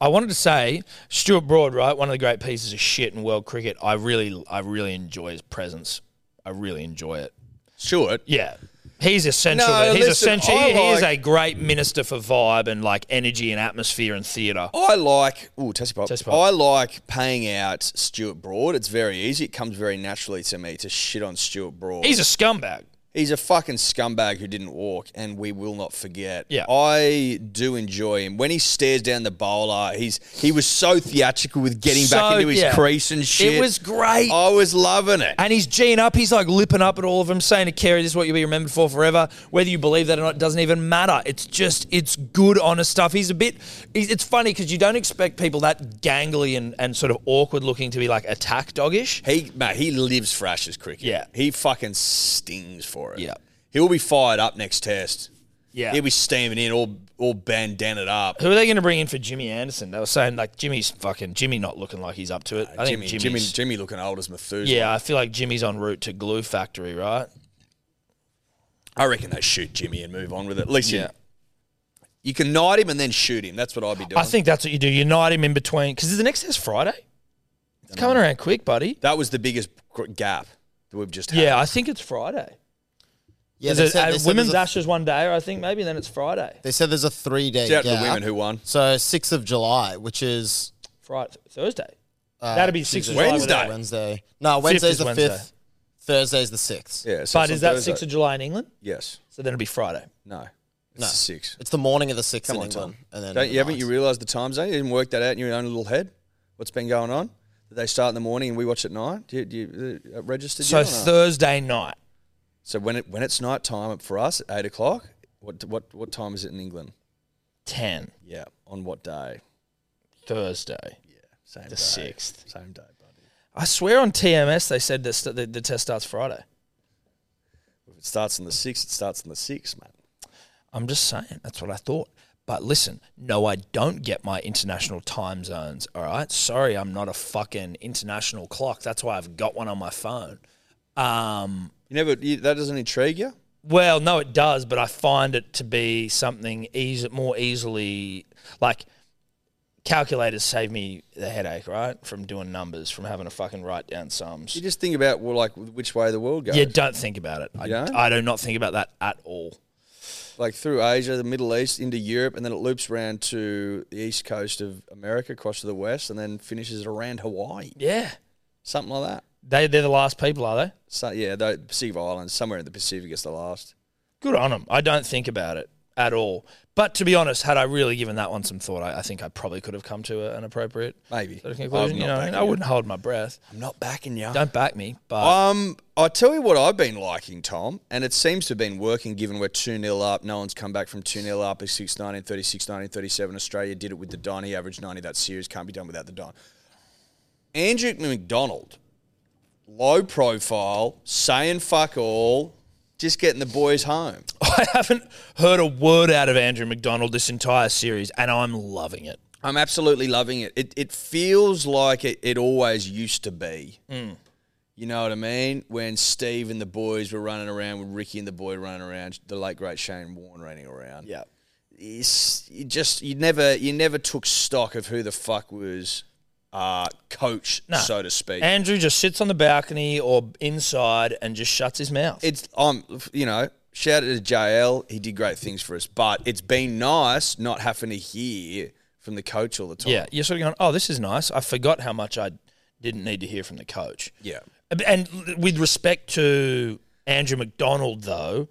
I wanted to say Stuart Broad, right? One of the great pieces of shit in world cricket. I really, I really enjoy his presence. I really enjoy it. Stuart. Yeah. He's essential. No, to- he's listen, essential. I He, he is like- a great minister for vibe and like energy and atmosphere and theatre. I like ooh, Tessie pop. Tessie pop. I like paying out Stuart Broad. It's very easy. It comes very naturally to me to shit on Stuart Broad. He's a scumbag. He's a fucking scumbag who didn't walk, and we will not forget. Yeah. I do enjoy him when he stares down the bowler. He's he was so theatrical with getting back So, into his yeah. crease and shit. It was great. I was loving it. And he's G'ing up. He's like lipping up at all of them, saying to Kerry, this is what you'll be remembered for forever. Whether you believe that or not, it doesn't even matter. It's just, it's good, honest stuff. He's a bit, he's, it's funny because you don't expect people that gangly and, and sort of awkward looking to be like attack doggish. He mate, he lives for Ashes cricket. Yeah. He fucking stings for it. Yeah. He'll be fired up next test. Yeah. He'll be steaming in all all bandanaed up. Who are they going to bring in for Jimmy Anderson? They were saying like Jimmy's fucking, Jimmy not looking like he's up to it. I think Jimmy, Jimmy, Jimmy's- Jimmy looking old as Methuselah. Yeah, I feel like Jimmy's en route to Glue Factory, right? I reckon they shoot Jimmy and move on with it. At least you- Yeah. you can knight him and then shoot him. That's what I'd be doing. I think that's what you do. Unite him in between because the next test Friday. It's coming around quick, buddy. that was the biggest gr- gap that we've just had. Yeah, I think it's Friday. Yeah, Is they it, said, uh, they said women's there's a, Ashes one day, or I think maybe, and then it's Friday. they said there's a three day Shout out gap. to the women who won. so sixth of July, which is Friday, Thursday. uh, That'd be sixth of Tuesday, July, Wednesday. wouldn't it? Wednesday. No, Wednesday's is the Wednesday. fifth. Thursday's the sixth. Yeah. so But it's is on that Thursday. sixth of July in England? Yes. So then it'll be Friday. No. It's No. the six. It's the morning of the sixth Come in on, England, Tom. and then Don't the you haven't ninth. you realised the time zone? You didn't work that out in your own little head. What's been going on? That They start in the morning and we watch at night. Do you, do you uh, registered? So yet or not? Thursday night. so when it when it's night time for us at eight o'clock. What what what time is it in England? 10 Yeah, on what day? Thursday Yeah, same the 6th Same day, buddy. i swear on tms they said this, the, the test starts friday If it starts on the sixth, it starts on the sixth, mate. I'm just saying. That's what I thought. But listen, no, I don't get my international time zones. All right. Sorry, I'm not a fucking international clock. That's why I've got one on my phone. Um, You never you, that doesn't intrigue you. well, no, it does, but I find it to be something easy, more easily like calculators save me the headache, right? From doing numbers, from having to fucking write down sums. You just think about well, like which way the world goes. Yeah, don't think about it. I, don't? I do not think about that at all. Like through Asia, the Middle East, into Europe, and then it loops around to the east coast of America, across to the west, and then finishes around Hawaii. Yeah. Something like that. They, they're the last people, are they? So yeah, the Pacific Islands, somewhere in the Pacific is the last. Good on him. I don't think about it at all. But to be honest, had I really given that one some thought, I, I think I probably could have come to a, an appropriate Maybe. sort of conclusion. You know, what I mean? I wouldn't hold my breath. I'm not backing you. Don't back me, but Um, I tell you what I've been liking, Tom, and it seems to have been working given we're 2 0 up. No one's come back from 2 0 up. It's 6 19, 36, 19, 37. Australia did it with the Don. He averaged 90 that series. Can't be done without the Don. Andrew McDonald, low profile, saying fuck all, just getting the boys home. I haven't heard a word out of Andrew McDonald this entire series, and I'm loving it. I'm absolutely loving it. It it feels like it, it always used to be. Mm. You know what I mean? When Steve and the boys were running around, with Ricky and the boy running around, the late great Shane Warne running around. It's, you just you never you never took stock of who the fuck was uh, coach, No. so to speak. Andrew just sits on the balcony or inside and just shuts his mouth. it's um you know shout out to JL, he did great things for us, but it's been nice not having to hear from the coach all the time. yeah, you're sort of going, oh, this is nice. I forgot how much I didn't need to hear from the coach. yeah. And with respect to Andrew McDonald, though,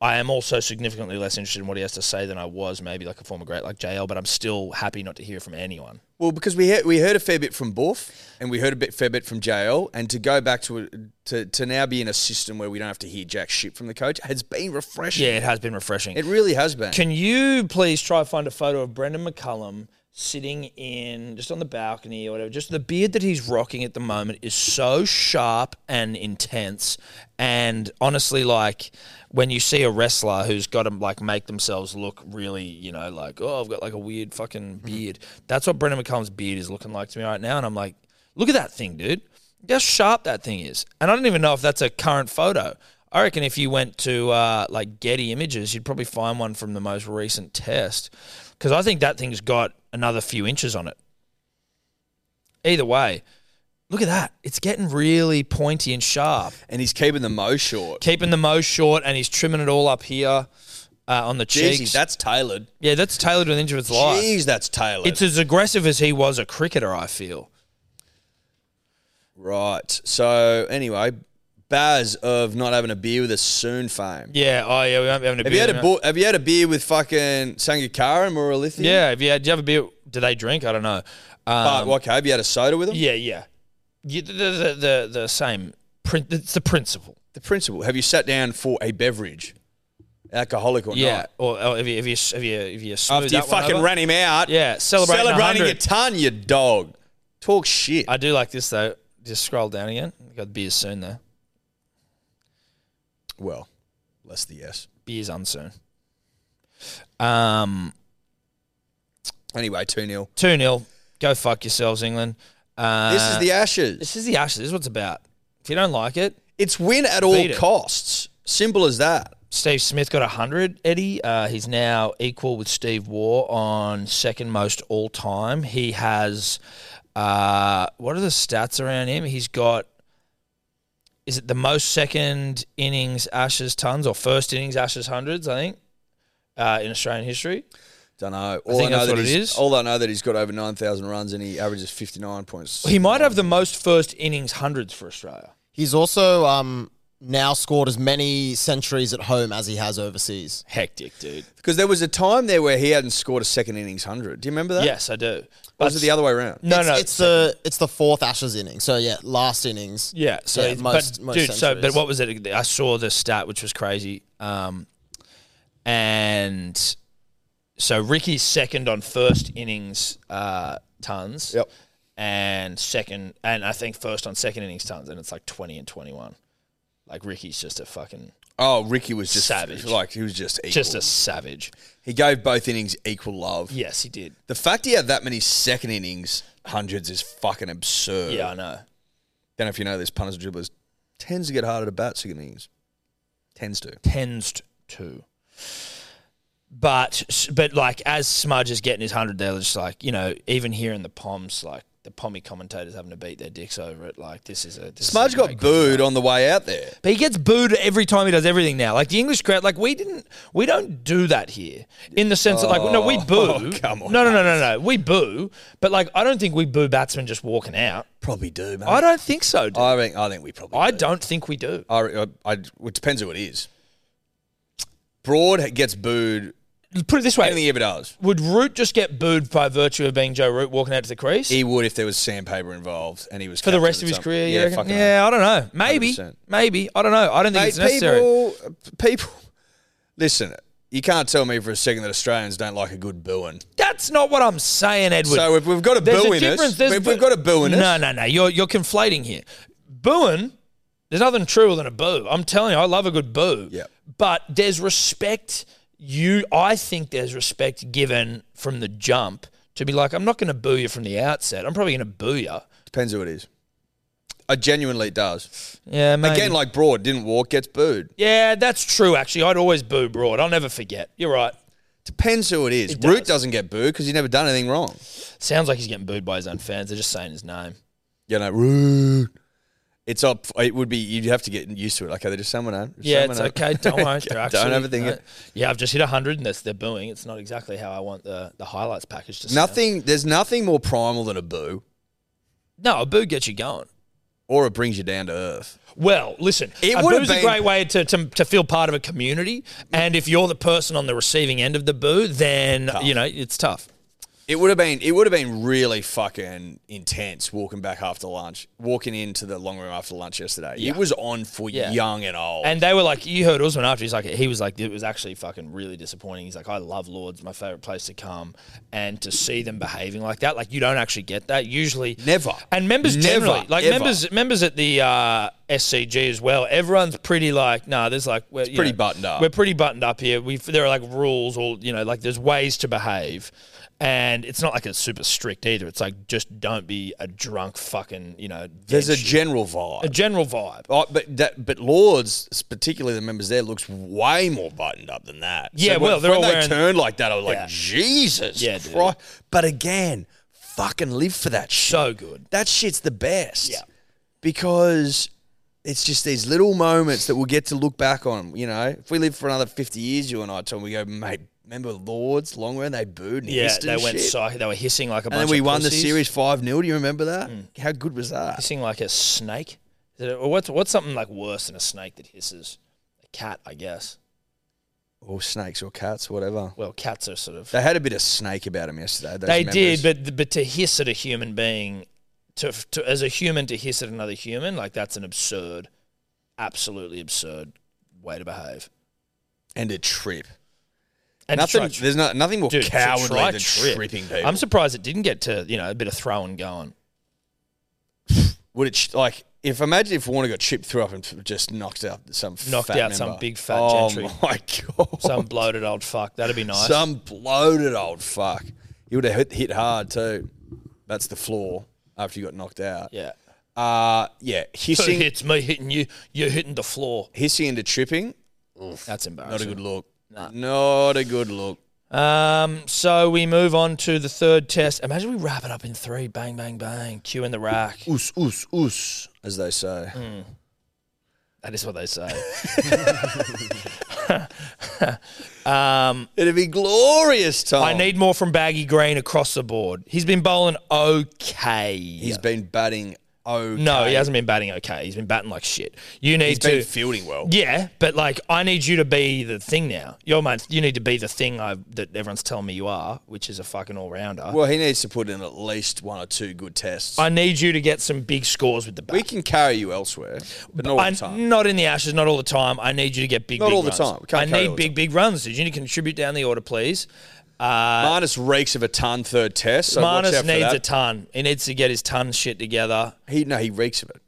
I am also significantly less interested in what he has to say than I was maybe like a former great like JL, but I'm still happy not to hear from anyone. Well, because we heard, we heard a fair bit from Boof and we heard a bit fair bit from JL, and to go back to to to now be in a system where we don't have to hear jack shit from the coach has been refreshing. Yeah, it has been refreshing. It really has been. Can you please try and find a photo of Brendan McCullum sitting in just on the balcony or whatever? Just the beard that he's rocking at the moment is so sharp and intense. And honestly, like when you see a wrestler who's got to like make themselves look really, you know, like oh, I've got like a weird fucking beard. That's what Brendan McCullum's beard is looking like to me right now. And I'm like, look at that thing, dude. Look how sharp that thing is. And I don't even know if that's a current photo. I reckon if you went to uh, like Getty Images, you'd probably find one from the most recent test because I think that thing's got an another few inches on it. Either way, look at that. It's getting really pointy and sharp. And he's keeping the mo short. Keeping the mo short and he's trimming it all up here uh, on the cheeks. Jeez, that's tailored. yeah, that's tailored to an inch of its life. Jeez, that's tailored. It's as aggressive as he was a cricketer, I feel. right. So anyway, Baz of not having a beer with us soon fame. Yeah, oh yeah, we won't be having a Have beer. you had a now. bo- Have you had a beer with fucking Sangakara and Muralithian? Yeah, have you had, do you have a beer? Do they drink? I don't know. But Um, okay, have you had a soda with them? yeah, yeah. You, the, the, the, the, the same. Prin- it's the principle. The principle. Have you sat down for a beverage, alcoholic or yeah. not? Or, or if you, if you, if you, if you smooth After you that one fucking over. ran him out. Yeah, celebrating Celebrating 100. a ton, you dog. Talk shit. I do like this though. Just scroll down again. We've got beers soon though. well, less the yes. Beers unsoon. Um, Anyway, 2 0. two 0 Go fuck yourselves, England. Uh, This is the Ashes. this is the Ashes. This is what it's about. If you don't like it, It's win at all Beat it. costs. Simple as that. Steve Smith got 100, Eddie. Uh, he's now equal with Steve Waugh on second most all time. He has, uh, what are the stats around him? He's got, is it the most second innings Ashes tons or first innings Ashes hundreds, I think, uh, in Australian history? Don't know. All I, think know that's that what it he's, is. All I know that he's got over nine thousand runs and he averages fifty nine points. He might have the most first innings hundreds for Australia. He's also um, now scored as many centuries at home as he has overseas. Hectic, dude. Because there was a time there where he hadn't scored a second innings hundred. Do you remember that? Yes, I do. Or was it the other way around? No, it's, no. it's the it's the fourth Ashes inning. So yeah, last innings. Yeah, so Yeah, it's- most- but, most dude, so but centuries. what was it? I saw the stat, which was crazy. Um, and so Ricky's second on first innings uh, tons, Yep. and second, and I think first on second innings tons, and it's like twenty and twenty-one. Like Ricky's just a fucking, Oh, Ricky was just Savage. Like he was just equal. just a savage. he gave both innings equal love. Yes, he did. The fact he had that many second innings hundreds is fucking absurd. Yeah, I know. Don't know if you know this. Punters and dribblers tends to get harder to bat second innings. Tends to. Tends to. But but like as Smudge is getting his hundred, they're just like you know even here in the Poms, like the Pommy commentators having to beat their dicks over it. Like this is a this is Smudge a got great- booed on the way out there. but he gets booed every time he does everything now. Like the English crowd, like we didn't we don't do that here in the sense that like no we boo. Oh, come on, no no no no no we boo. But like I don't think we boo batsmen just walking out. Probably do, mate. I don't think so. Dude. I, I think I think we probably. do. don't think we do. I, I, I, it depends who it is. Broad gets booed. Put it this way. Anything he ever does, Would Root just get booed by virtue of being Joe Root walking out to the crease? he would if there was sandpaper involved, and he was for the captain rest or of his something. career. you Yeah, reckon? fucking yeah, I don't know. Maybe, 100%. maybe I don't know. I don't think Hey, it's necessary. people, people, listen. You can't tell me for a second that Australians don't like a good booing. That's not what I'm saying, Edward. So if we've got a there's boo a in us, difference. There's if we've got a boo in us, no, no, no. You're you're conflating here. Booing. There's nothing truer than a boo. I'm telling you, I love a good boo. Yep. But there's respect. You, I think there's respect given from the jump to be like, I'm not going to boo you from the outset. I'm probably going to boo you. depends who it is. I genuinely it does. Yeah, maybe. Again, like Broad didn't walk, gets booed. yeah, that's true. Actually, I'd always boo broad. I'll never forget. You're right. Depends who it is. It Root does. doesn't get booed because he's never done anything wrong. Sounds like he's getting booed by his own fans. They're just saying his name. you know, rude. It's up. It would be. You'd have to get used to it. Okay, they're just someone out. Yeah, it's okay. Don't worry. They're Don't actually, overthink no. it. Yeah, I've just hit 100 and that's, they're booing. It's not exactly how I want the, the highlights package to sound. Nothing. There's nothing more primal than a boo, No, a boo gets you going. or it brings you down to earth. Well, listen, It a would've boo's a been- great way to, to, to feel part of a community. And if you're the person on the receiving end of the boo, then, you know, it's tough. It would have been. It would have been really fucking intense walking back after lunch, walking into the long room after lunch yesterday. It was on for Yeah. young and old. And they were like, you heard Usman after. He's like, he was like, it was actually fucking really disappointing. He's like, I love Lords, my favorite place to come, and to see them behaving like that, like you don't actually get that usually. Never. And members Never, generally, like ever. members, members at the uh, SCG as well. Everyone's pretty like, nah, there's like, we're you pretty know, buttoned up. We're pretty buttoned up here. We there are like rules, or you know, like there's ways to behave. And it's not like it's super strict either. It's like just don't be a drunk fucking, you know. dead There's a shit. general vibe. a general vibe. Oh, but that, but Lords, particularly the members there, looks way more buttoned up than that. Yeah, when- well, they're when all they wearing- turned like that, I was Yeah. like, Jesus, Yeah, dude. Christ. But again, fucking live for that shit. So good. that shit's the best. Yeah. because it's just these little moments that we'll get to look back on. You know, if we live for another fifty years, you and I, Tom, we go, mate. Remember Lords, Longwell, they booed and Yeah, hissed and they went shit. psycho. They were hissing like a bunch and of then we won pussies. Mm. the series five 0 Do you remember that? How good was that? Hissing like a snake. Is it- Or what's, what's something like worse than a snake that hisses? A cat, I guess. Or snakes or cats, whatever. Well, cats are sort of. They had a bit of snake about him yesterday. Those they members. did, but but to hiss at a human being, to, to as a human to hiss at another human, like that's an absurd, absolutely absurd way to behave. and a trip. And to nothing. try- There's not, nothing more dude, to cowardly try than trip. tripping people. I'm surprised it didn't get to you know a bit of throwing going. Would it ch- like if imagine if Warner got chipped through up and f- just knocked out some Knocked fat out some member. big fat oh gentry. my god! Some bloated old fuck. That'd be nice. Some bloated old fuck. He would have hit, hit hard too. That's the flaw after you got knocked out. yeah. Uh yeah. Two Hissing, hits, me hitting you. You're hitting the floor. hissing into tripping. That's Not a embarrassing. good look. Not a good look. Um, so we move on to the third test. Imagine we wrap it up in three. Bang, bang, bang. Cue in the rack. Us, us, us, as they say. That is what they say. um, It'd be glorious, Tom. I need more from Baggy Green across the board. He's been bowling okay. He's been batting okay. no, he hasn't been batting okay. He's been batting like shit. You need He's to been fielding well. Yeah, but like I need you to be the thing now. Your man, you need to be the thing I, that everyone's telling me you are, which is a fucking all rounder. Well, he needs to put in at least one or two good tests. I need you to get some big scores with the we bat. can carry you elsewhere, but not all I- the time. Not in the ashes, not all the time. I need you to get big. Not big all the runs. time. We can't I carry all need the big, big runs. Did you need to contribute down the order, please? Uh, Marnus reeks of a ton third test. So watch out Marnus for needs that. a ton. He needs to get his ton shit together. He no, he reeks of it.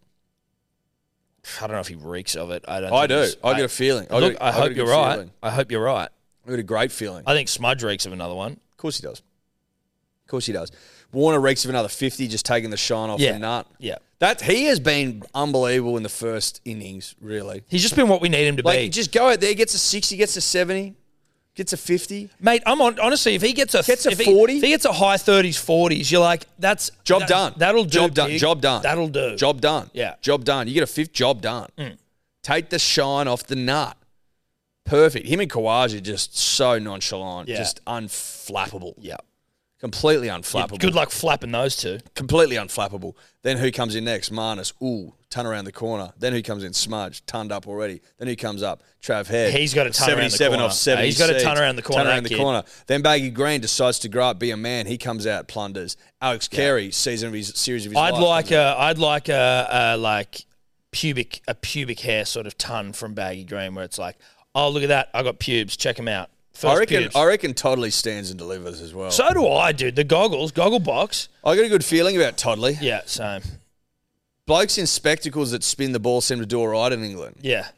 I don't know if he reeks of it. I don't. I think do. he's- I get a feeling. I look, get- I I get hope a you're good right. feeling. I hope you're right. I got a great feeling. I think Smudge reeks of another one. Of course he does. Of course he does. Warner reeks of another fifty, just taking the shine off Yeah. the nut. Yeah. That he has been unbelievable in the first innings, really. He's just been what we need him to Like be. just go out there, gets a sixty, gets a seventy, gets a fifty. Mate, I'm on. Honestly, if he gets a Gets a if he- 40? if he gets a high thirties, forties, you're like, that's Job that- done. That'll do. Job done. pig. Job done. That'll do. Job done. Yeah. Hmm. Job done. You get a fifth. Job done. Take the shine off the nut. Perfect. Him and Kawaja just so nonchalant, Yeah. just unflappable. Yeah. Completely unflappable. Good luck flapping those two. Completely unflappable. Then who comes in next? Marnus. Ooh, turn around the corner. Then who comes in? Smudge, turned up already. Then who comes up? Trav Head. He's got a ton around the 77 corner. off 70 Yeah, he's got a seeds. ton around the corner, Ton around that the kid. corner. Then Baggy Green decides to grow up, be a man. He comes out, plunders. Alex Carey, season of his series of his I'd life, like a. I'd like a, a like pubic a pubic hair sort of ton from Baggy Green, where it's like, oh look at that, I got pubes. Check them out. First I reckon. pubes. I reckon Toddley stands and delivers as well. so do I, dude. The goggles, goggle box. I got a good feeling about Toddley. Yeah, same. Blokes in spectacles that spin the ball seem to do all right in England. Yeah.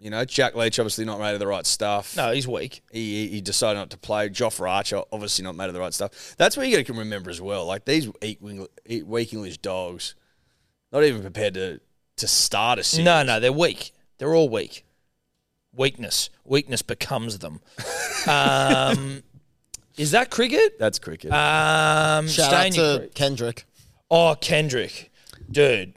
You know, Jack Leach obviously not made of the right stuff. No, he's weak. He, he- he decided not to play. Joffre Archer obviously not made of the right stuff. That's what you got to remember as well. Like these weak, Wing- eat- weak English dogs, not even prepared to to start a series. No, no, they're weak. They're all weak. Weakness. Weakness becomes them. Um, is that cricket? That's cricket. Um, Shout staying out to in- Kendrick. oh, Kendrick. Dude,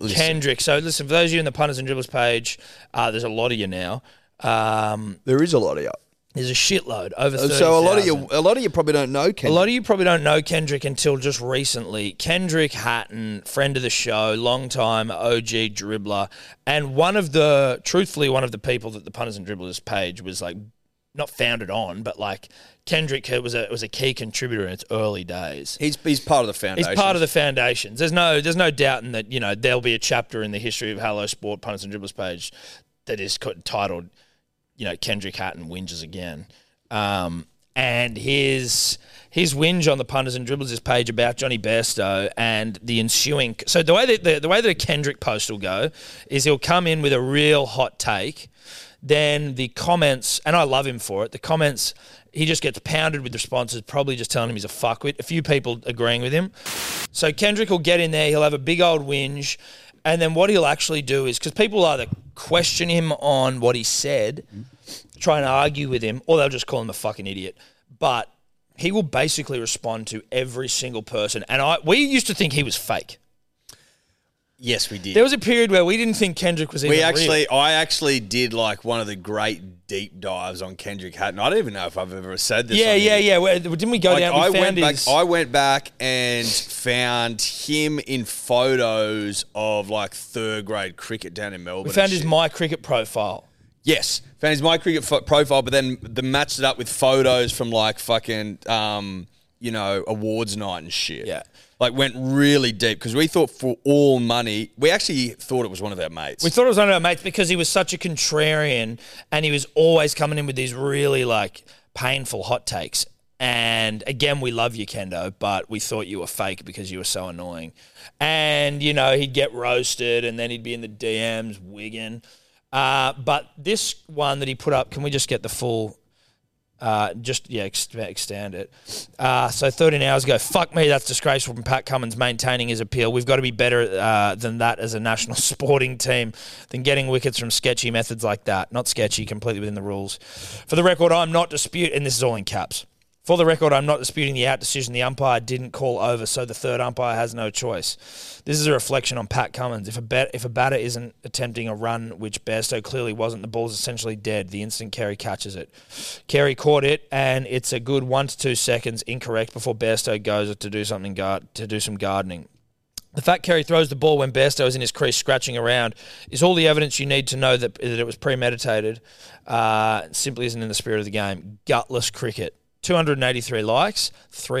Listen, Kendrick. So, listen, for those of you in the Punters and Dribblers page, uh, there's a lot of you now. Um, there is a lot of you. there's a shitload. Over 30, Uh, So a lot of you, a lot of you probably don't know Kendrick. A lot of you probably don't know Kendrick until just recently. Kendrick Hatton, friend of the show, long time OG dribbler, and one of the, truthfully, one of the people that the punters and dribblers page was like, not founded on, but like Kendrick was a was a key contributor in its early days. he's he's part of the foundation. He's part of the foundations. There's no there's no doubting that you know there'll be a chapter in the history of Hello Sport punters and dribblers page that is co- titled, you know, Kendrick Hatton whinges again. Um, and his his whinge on the punters and dribblers page about Johnny Bairstow and the ensuing. So the way that the, the way that a Kendrick post will go is he'll come in with a real hot take. then the comments, and I love him for it. The comments, he just gets pounded with responses, probably just telling him he's a fuckwit. A few people agreeing with him. So Kendrick will get in there, he'll have a big old whinge, and then what he'll actually do is because people either question him on what he said, try and argue with him, or they'll just call him a fucking idiot. But he will basically respond to every single person, and I we used to think he was fake. Yes, we did. There was a period where we didn't think Kendrick was even we real. actually, I actually did like one of the great deep dives on Kendrick Hatton. I don't even know if I've ever said this. Yeah, on yeah, here. yeah. Well, Didn't we go Like, down? We I found went back. his, I went back and found him in photos of like third grade cricket down in Melbourne. we found and his shit. my cricket profile. Yes, found his my cricket fo- profile, but then the matched it up with photos from like fucking um, you know awards night and shit. Yeah. like went really deep because we thought for all money. We actually thought it was one of our mates. We thought it was one of our mates because he was such a contrarian and he was always coming in with these really like painful hot takes. And again, we love you, Kendo, but we thought you were fake because you were so annoying. And, you know, he'd get roasted and then he'd be in the DMs, wigging. Uh, but this one that he put up, can we just get the full Uh, just yeah, ex- extend it. Uh, so 13 hours ago, fuck me, that's disgraceful from Pat Cummins maintaining his appeal. We've got to be better uh, than that as a national sporting team than getting wickets from sketchy methods like that. Not sketchy, completely within the rules. For the record, I'm not dispute, and this is all in caps. For the record, I'm not disputing the out decision. The umpire didn't call over, so the third umpire has no choice. This is a reflection on Pat Cummins. If a bat, if a batter isn't attempting a run, which Bairstow clearly wasn't, the ball's essentially dead the instant Kerry catches it. Kerry caught it, and it's a good one to two seconds incorrect before Bairstow goes to do something guard, to do some gardening. The fact Kerry throws the ball when Bairstow is in his crease scratching around is all the evidence you need to know that, that it was premeditated. Uh, it simply isn't in the spirit of the game. Gutless cricket. 283 likes,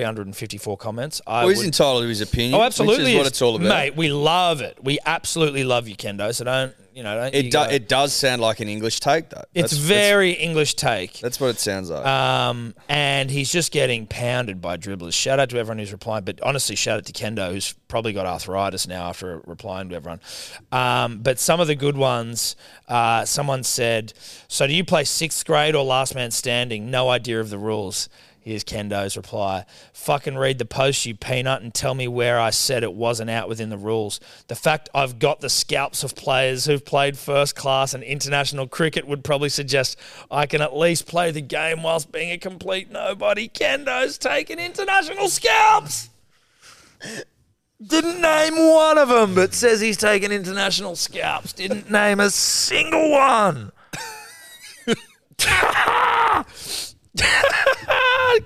354 comments. I Well, he's would- entitled to his opinion. oh, absolutely. which is what is. it's all about. Mate, we love it. We absolutely love you, Kendo. So don't, you know, don't. you It, do, go- it does sound like an English take, though. it's That's- very English take. That's, that's what it sounds like. Um, and he's just getting pounded by dribblers. Shout out to everyone who's replying, but honestly, shout out to Kendo, who's probably got arthritis now after replying to everyone. Um, but some of the good ones, uh, someone said, So do you play sixth grade or last man standing? No idea of the rules. Here's Kendo's reply. Fucking read the post, you peanut, and tell me where I said it wasn't out within the rules. The fact I've got the scalps of players who've played first class and international cricket would probably suggest I can at least play the game whilst being a complete nobody. Kendo's taken international scalps. Didn't name one of them, but says he's taken international scalps. Didn't name a single one.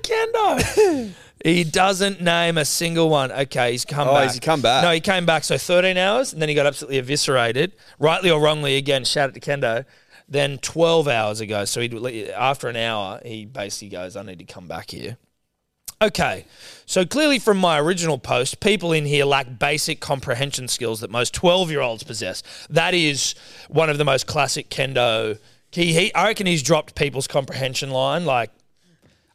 Kendo. He doesn't name a single one. Okay, he's come Oh, back. he's come back. No, he came back. So 13 hours, and then he got absolutely eviscerated, rightly or wrongly. Again, shout out to Kendo. Then 12 hours ago, so he after an hour, he basically goes, "I need to come back here." Okay, so clearly from my original post, people in here lack basic comprehension skills that most 12 year olds possess. That is one of the most classic kendo. He, he, I reckon he's dropped people's comprehension line. Like,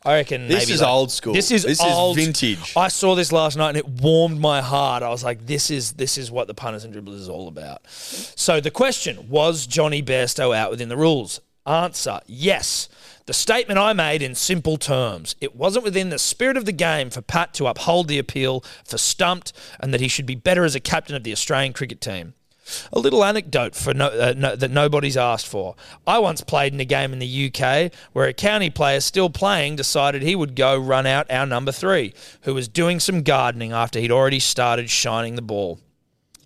I reckon This maybe is like- old school. This is This is old. vintage. I saw this last night and it warmed my heart. I was like, this is this is what the punters and dribblers is all about. So the question was Johnny Bairstow out within the rules? Answer yes. The statement I made in simple terms. It wasn't within the spirit of the game for Pat to uphold the appeal for stumped and that he should be better as a captain of the Australian cricket team. A little anecdote for no, uh, no, that nobody's asked for. I once played in a game in the UK where a county player still playing decided he would go run out our number three, who was doing some gardening after he'd already started shining the ball.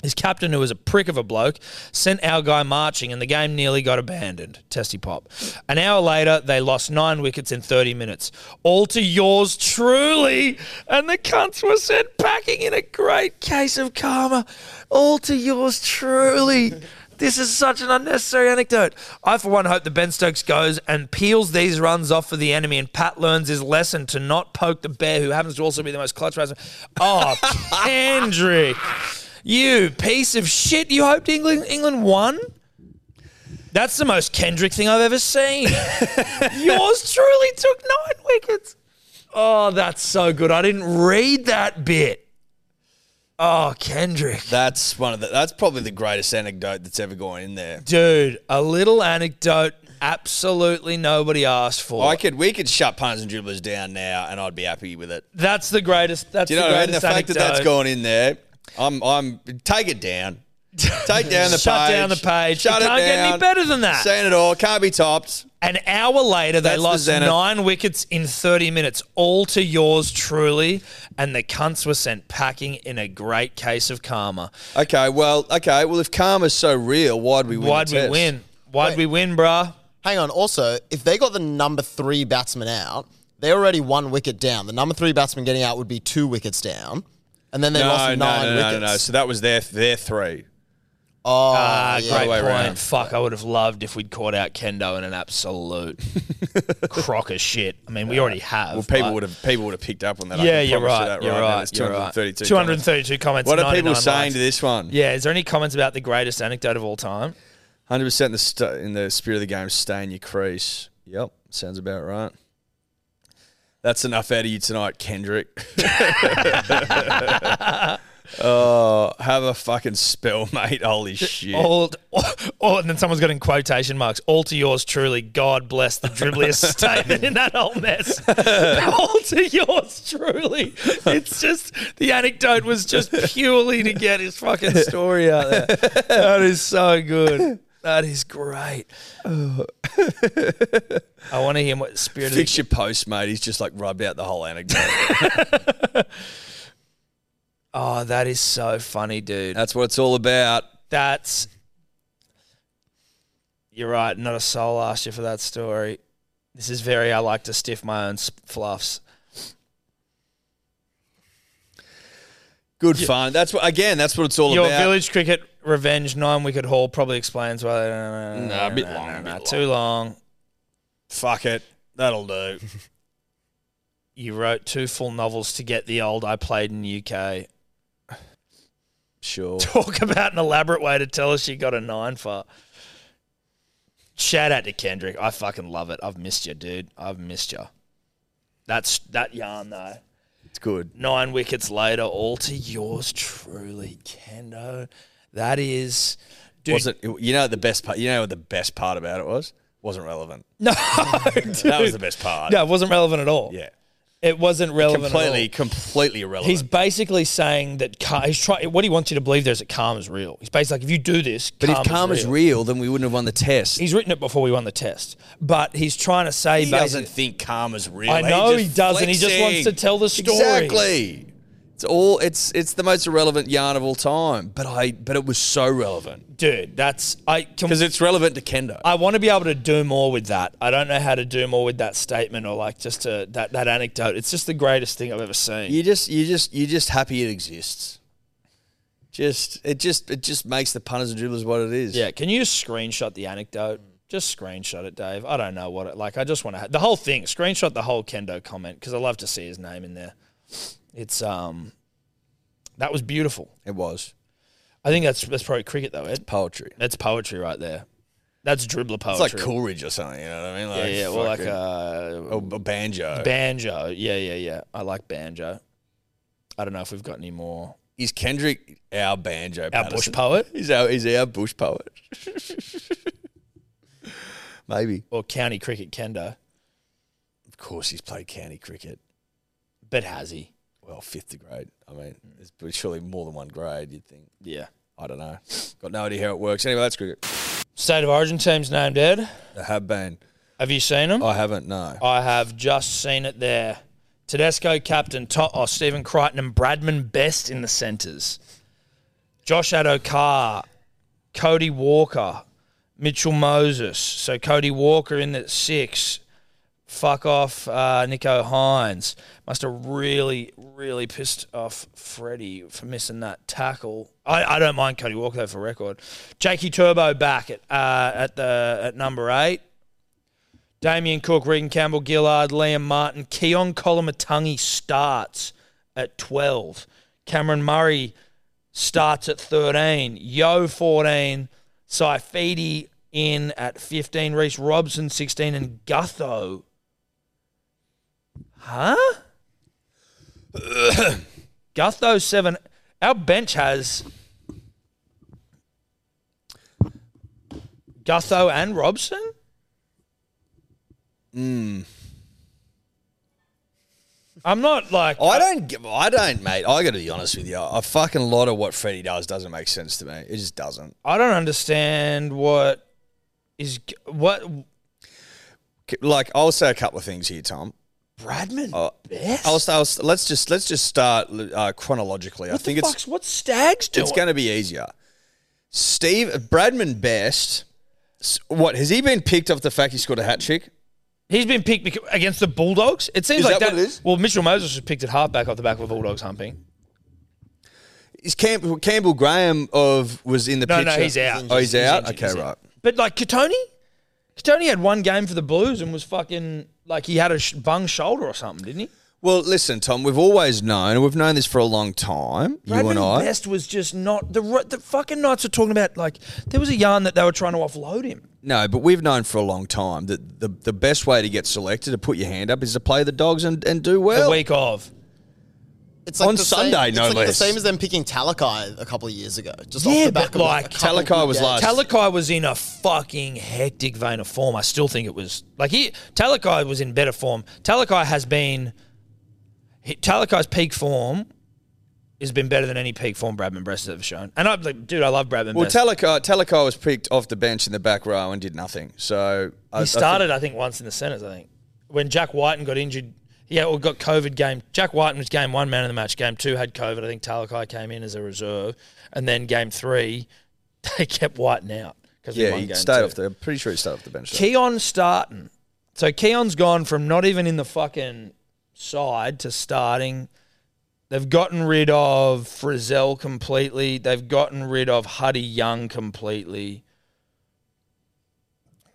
His captain, who was a prick of a bloke, sent our guy marching, and the game nearly got abandoned. Testy pop. An hour later, they lost nine wickets in 30 minutes. All to yours truly, and the cunts were sent packing in a great case of karma. All to yours truly. This is such an unnecessary anecdote. I, for one, hope that Ben Stokes goes and peels these runs off for the enemy, and Pat learns his lesson to not poke the bear, who happens to also be the most clutch batsman. Oh, Kendrick, you piece of shit! You hoped England England won. That's the most Kendrick thing I've ever seen. Yours truly took nine wickets. Oh, that's so good. I didn't read that bit. Oh, Kendrick. that's one of the. That's probably the greatest anecdote that's ever gone in there. Dude, a little anecdote absolutely nobody asked for. I could we could shut punters and dribblers down now, and I'd be happy with it. that's the greatest. That's Do you know the what I mean? greatest The fact that that's anecdote. gone in there, I'm I'm take it down. Take down the Shut page. down the page. Shut It it, can't get any down. better than that. Saying it all can't be topped. An hour later, they That's the lost zenith. nine wickets in 30 minutes, all to yours truly, and the cunts were sent packing in a great case of karma. Okay, well, okay, well, if karma's so real, why'd we win? Why'd the we test? Uh, win? Why'd we win, bruh? Hang on. Also, if they got the number three batsman out, they're already one wicket down. The number three batsman getting out would be two wickets down, and then they No, no, lost nine no, no, wickets. no, no. So that was their their three. Oh, Ah, yeah. great way point. round. Fuck, I would have loved if we'd caught out Kendo in an absolute crock of shit. I mean, we already have. Well, people but- would have people would have picked up on that. I Yeah, can you're promise you right. that you're now. right. It's you're right. 232 comments. 232 comments. What are people 99 saying likes. to this one? Yeah, is there any comments about the greatest anecdote of all time? Hundred percent in the st- in the spirit of the game. Stay in your crease. Yep, sounds about right. That's enough out of you tonight, Kendrick. oh, have a fucking spell, mate. Holy shit. All, all, and then someone's got in quotation marks, all to yours truly. God bless the dribbliest statement in that whole mess. all to yours truly. It's just, the anecdote was just purely to get his fucking story out there. That is so good. That is great. I want to hear what spirit Fix of your post, mate. He's just like rubbed out the whole anecdote. the, Oh, that is so funny, dude. That's what it's all about. That's. You're right. Not a soul asked you for that story. This is very. I like to stiff my own s- fluffs. Good fun. That's what again. That's what it's all Your about. village cricket revenge nine wicket haul probably explains why. They, Nah, a bit long, a bit Too long. Fuck it. That'll do. You wrote two full novels to get the old. I played in UK. Sure. Talk about an elaborate way to tell us you got a nine for. Shout out to Kendrick. I fucking love it. I've missed you, dude. I've missed you. That's that yarn though. It's good. nine wickets later, all to yours truly, Kendo. That is, dude. Wasn't you know the best part? You know what the best part about it was? Wasn't relevant. No, dude. That was the best part. No, it wasn't relevant at all. Yeah. it wasn't relevant. at all. Completely, completely irrelevant. He's basically saying that car, he's trying. What he wants you to believe there is that karma's real. He's basically like, if you do this, but if karma's karma's real. real. then we wouldn't have won the test. he's written it before we won the test. But he's trying to say he basically- doesn't think karma's real. I know he just doesn't. He just wants flexing. to tell the story. Exactly. It's all. It's it's the most irrelevant yarn of all time. But I. But it was so relevant dude. That's I can, because it's relevant to Kendo. I want to be able to do more with that. I don't know how to do more with that statement or like just to, that that anecdote. It's just the greatest thing I've ever seen. You just you just you just happy it exists. Just it just it just makes the punters and dribblers what it is. Yeah, can you just screenshot the anecdote? Just screenshot it, Dave. I don't know what it like. I just want to ha- the whole thing. Screenshot the whole Kendo comment because I love to see his name in there. It's um, that was beautiful. It was I think that's that's probably cricket though. Ed. poetry. That's poetry right there. That's dribbler It's poetry. like Coolridge or something. You know what I mean? Yeah, Like yeah, or like fucking- uh, a, a banjo. banjo. Yeah, yeah, yeah. I like banjo. I don't know if we've got any more. is Kendrick our banjo? Our Patterson? bush poet. He's our he's our bush poet. Maybe. or county cricket kendo, Of course, he's played county cricket. but has he? Well, fifth grade. I mean, there's surely more than one grade. You'd think. Yeah. I don't know. Got no idea how it works. Anyway, that's cricket. State of Origin team's named Ed. I have been. Have you seen him? I haven't. No. I have just seen it there. Tedesco, captain, to- oh, Stephen Crichton and Bradman best in the centres. Josh Adokar, Cody Walker, Mitchell Moses. So Cody Walker in at six. Fuck off, uh, Nico Hines. Must have really, really pissed off Freddie for missing that tackle. I, I don't mind Cody Walker though for record. Jakey Turbo back at uh, at the at number eight. Damien Cook, Regan Campbell, Gillard, Liam Martin, Keon Colomatungi starts at 12. Cameron Murray starts at 13. Yo 14. Saifidi in at 15. Reese Robson 16. And Gutho. Huh? Gutho 7. Our bench has Gutho and Robson? Hmm. I'm not like I don't give. I don't, mate. I got to be honest with you. A fucking lot of what Freddie does doesn't make sense to me. It just doesn't. I don't understand what is g- what Like, I'll say a couple of things here, Tom. Bradman. Uh, best? I'll, I'll, let's just let's just start uh, chronologically. I what think the it's fuck's what Stags doing? it's going to be easier. Steve Bradman best. S- What has he been picked off the fact he scored a hat trick? He's been picked bec- against the Bulldogs. It seems Is like that what it is? Well, Mitchell Moses was picked at halfback off the back of a Bulldogs humping. Is Campbell, Campbell Graham of was in the No, no, picture? he's out. Oh, he's, out. injured, okay, he's out. right. But like Katoni, Katoni had one game for the Blues and was fucking like he had a sh- bung shoulder or something, didn't he? Well, listen, Tom. We've always known, and we've known this for a long time. you and Bradman I. Best was just not the ru- the fucking Knights are talking about. Like there was a yarn that they were trying to offload him. No, but we've known for a long time that the, the best way to get selected to put your hand up is to play the dogs and, and do The well. week of It's like On the Sunday, same, no it's like less. The same as them picking Talakai a couple of years ago, just Yeah, off the but back of like- a couple of Talakai good was games. last. Talakai was in a fucking hectic vein of form. I still think it was like he Talakai was in better form. Talakai has been he- Talakai's peak form has been better than any peak form Bradman Brest has ever shown. And I like, dude, I love Bradman well, Brest. Talakai, Talakai was picked off the bench in the back row and did nothing. So he started, I think, once in the Senate. I think when Jack Whiten got injured, yeah, or got COVID game. Jack Whiten was game one man of the match. Game two had COVID. I think Talakai came in as a reserve, and then game three they kept Whiten out because yeah, he stayed off the. I'm pretty sure he started off the bench. though. Keon starting. So Keon's gone from not even in the fucking side to starting. They've gotten rid of Frizzell completely. They've gotten rid of Huddy Young completely.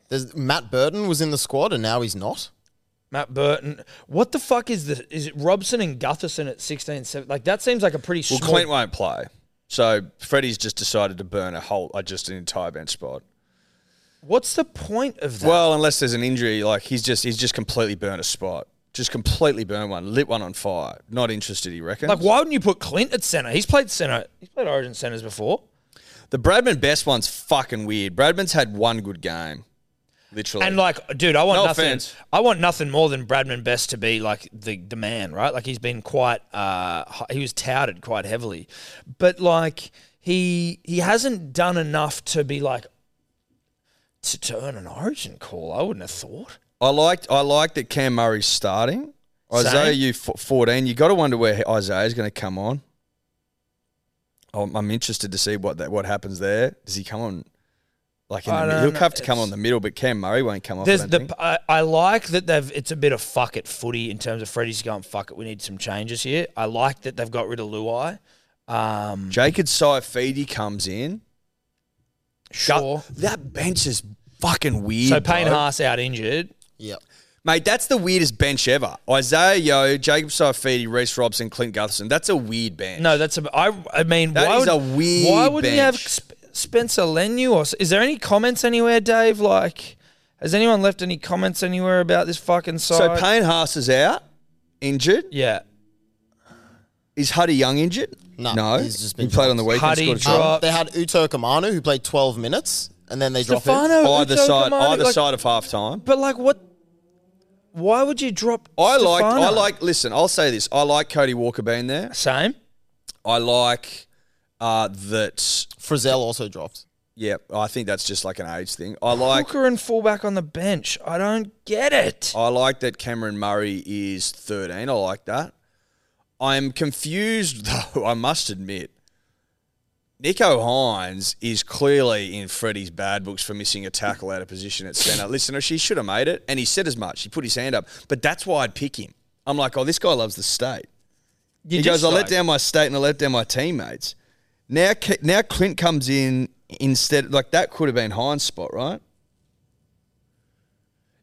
There's, Matt Burton was in the squad and now he's not. Matt Burton. What the fuck is the is it Robson and Gutherson at 16 7? Like that seems like a pretty Well, small Clint won't play, so Freddie's just decided to burn a whole, uh, just an entire bench spot. What's the point of that? Well, unless there's an injury, like he's just he's just completely burnt a spot, just completely burned one, lit one on fire. Not interested, he reckons. like why wouldn't you put Clint at center? He's played center. He's played Origin centers before. The Bradman best one's fucking weird. Bradman's had one good game, literally. And like, dude, I want No nothing. offense. I want nothing more than Bradman Best to be like the the man, right? Like he's been quite, uh, hi- he was touted quite heavily, but like he he hasn't done enough to be like to, to earn an Origin call. I wouldn't have thought. I liked I liked that Cam Murray's starting. Isaiah, Same. you f- fourteen. You got to wonder where Isaiah's going to come on. I'm, I'm interested to see what that what happens there. Does he come on? Like in I the, don't mid- he'll know. have to come It's- on the middle, but Cam Murray won't come off. I There's don't the think. I, I like that they've it's a bit of fuck it footy in terms of Freddie's going fuck it. We need some changes here. I like that they've got rid of Luai. Um, Jacob Saifidi comes in. Uh, sure. That bench is fucking weird. So Payne bro. Haas out injured. Yep. Mate, that's the weirdest bench ever. Isaiah Yo, Jacob Saifidi, Reese Robson, Clint Gutherson. That's a weird bench. No, that's a. I. I mean, That why is would, a weird Why wouldn't you have bench. Sp- Spencer Lenu? Or s- is there any comments anywhere, Dave? Like, has anyone left any comments anywhere about this fucking So side? Payne Haas is out, injured. yeah, Is Huddy Young injured? No, no. he's just been he played on the dropped. weekend. Huddy scored a dropped. try. Um, Dropped. they had Uto Kamanu who played 12 minutes and then they dropped him. Stefano either Ucho side, Kamara, either like- side of half time. But like, what? Why would you drop? I like. I Stefano? like. Listen, I'll say this. I like Cody Walker being there. Same. I like uh, that. Frizzell also dropped. Yeah, I think that's just like an age thing. I like. Oh, Hooker and fullback on the bench. I don't get it. I like that Cameron Murray is 13. I like that. I'm confused, though, I must admit. Nico Hines is clearly in Freddie's bad books for missing a tackle out of position at centre. Listen, she should have made it, and he said as much. He put his hand up, but that's why I'd pick him. I'm like, oh, this guy loves the state. You He just goes, I let like- down my state and I let down my teammates. Now, K- now Clint comes in instead. Like that could have been Hines' spot, right?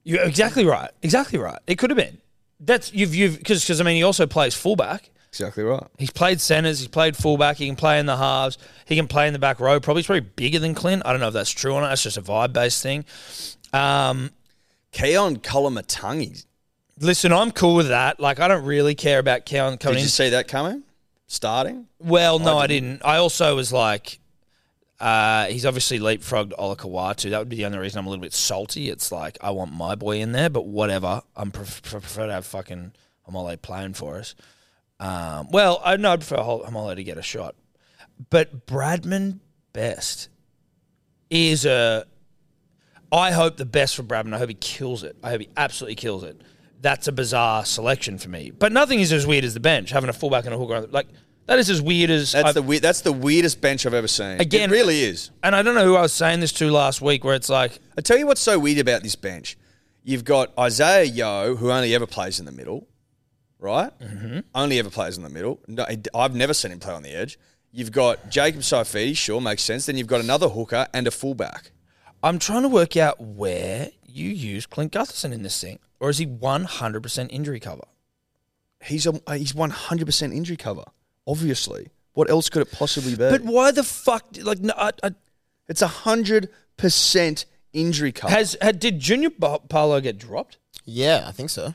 You're exactly right. Exactly right. It could have been. That's you've you've because because I mean he also plays fullback. Exactly right. He's played centres. He's played fullback. He can play in the halves. He can play in the back row. Probably he's probably bigger than Clint. I don't know if that's true or not. That's just a vibe based thing. Um, Keon Kalamatangi. listen, I'm cool with that. Like I don't really care about Keon coming Did in. you see that coming? Starting? well, no, I didn't. I also was like, Uh, he's obviously leapfrogged Olakawatu. That would be the only reason I'm a little bit salty. It's like I want my boy in there, but whatever. I'm pref- pref- prefer to have fucking Amole playing for us. Um, well, I know I prefer Hol- Amole to get a shot, but Bradman best is a. I hope the best for Bradman. I hope he kills it. I hope he absolutely kills it. That's a bizarre selection for me, but nothing is as weird as the bench having a fullback and a hooker. Like that is as weird as That's I've- the we- that's the weirdest bench I've ever seen. Again- it really is. and I don't know who I was saying this to last week, where it's like, I tell you what's so weird about this bench. You've got Isaiah Yo, who only ever plays in the middle, right? Mm-hmm. Only ever plays in the middle. No, he- I've never seen him play on the edge. You've got Jacob Saifidi, sure makes sense. Then you've got another hooker and a fullback. I'm trying to work out where you use Clint Gutherson in this thing, or is he 100% injury cover? He's a, uh, he's one hundred percent injury cover. Obviously, what else could it possibly be? But why the fuck? Like, uh, no, I, I, it's hundred percent injury cover. has had, did Junior Pa- Paolo get dropped? Yeah, I think so.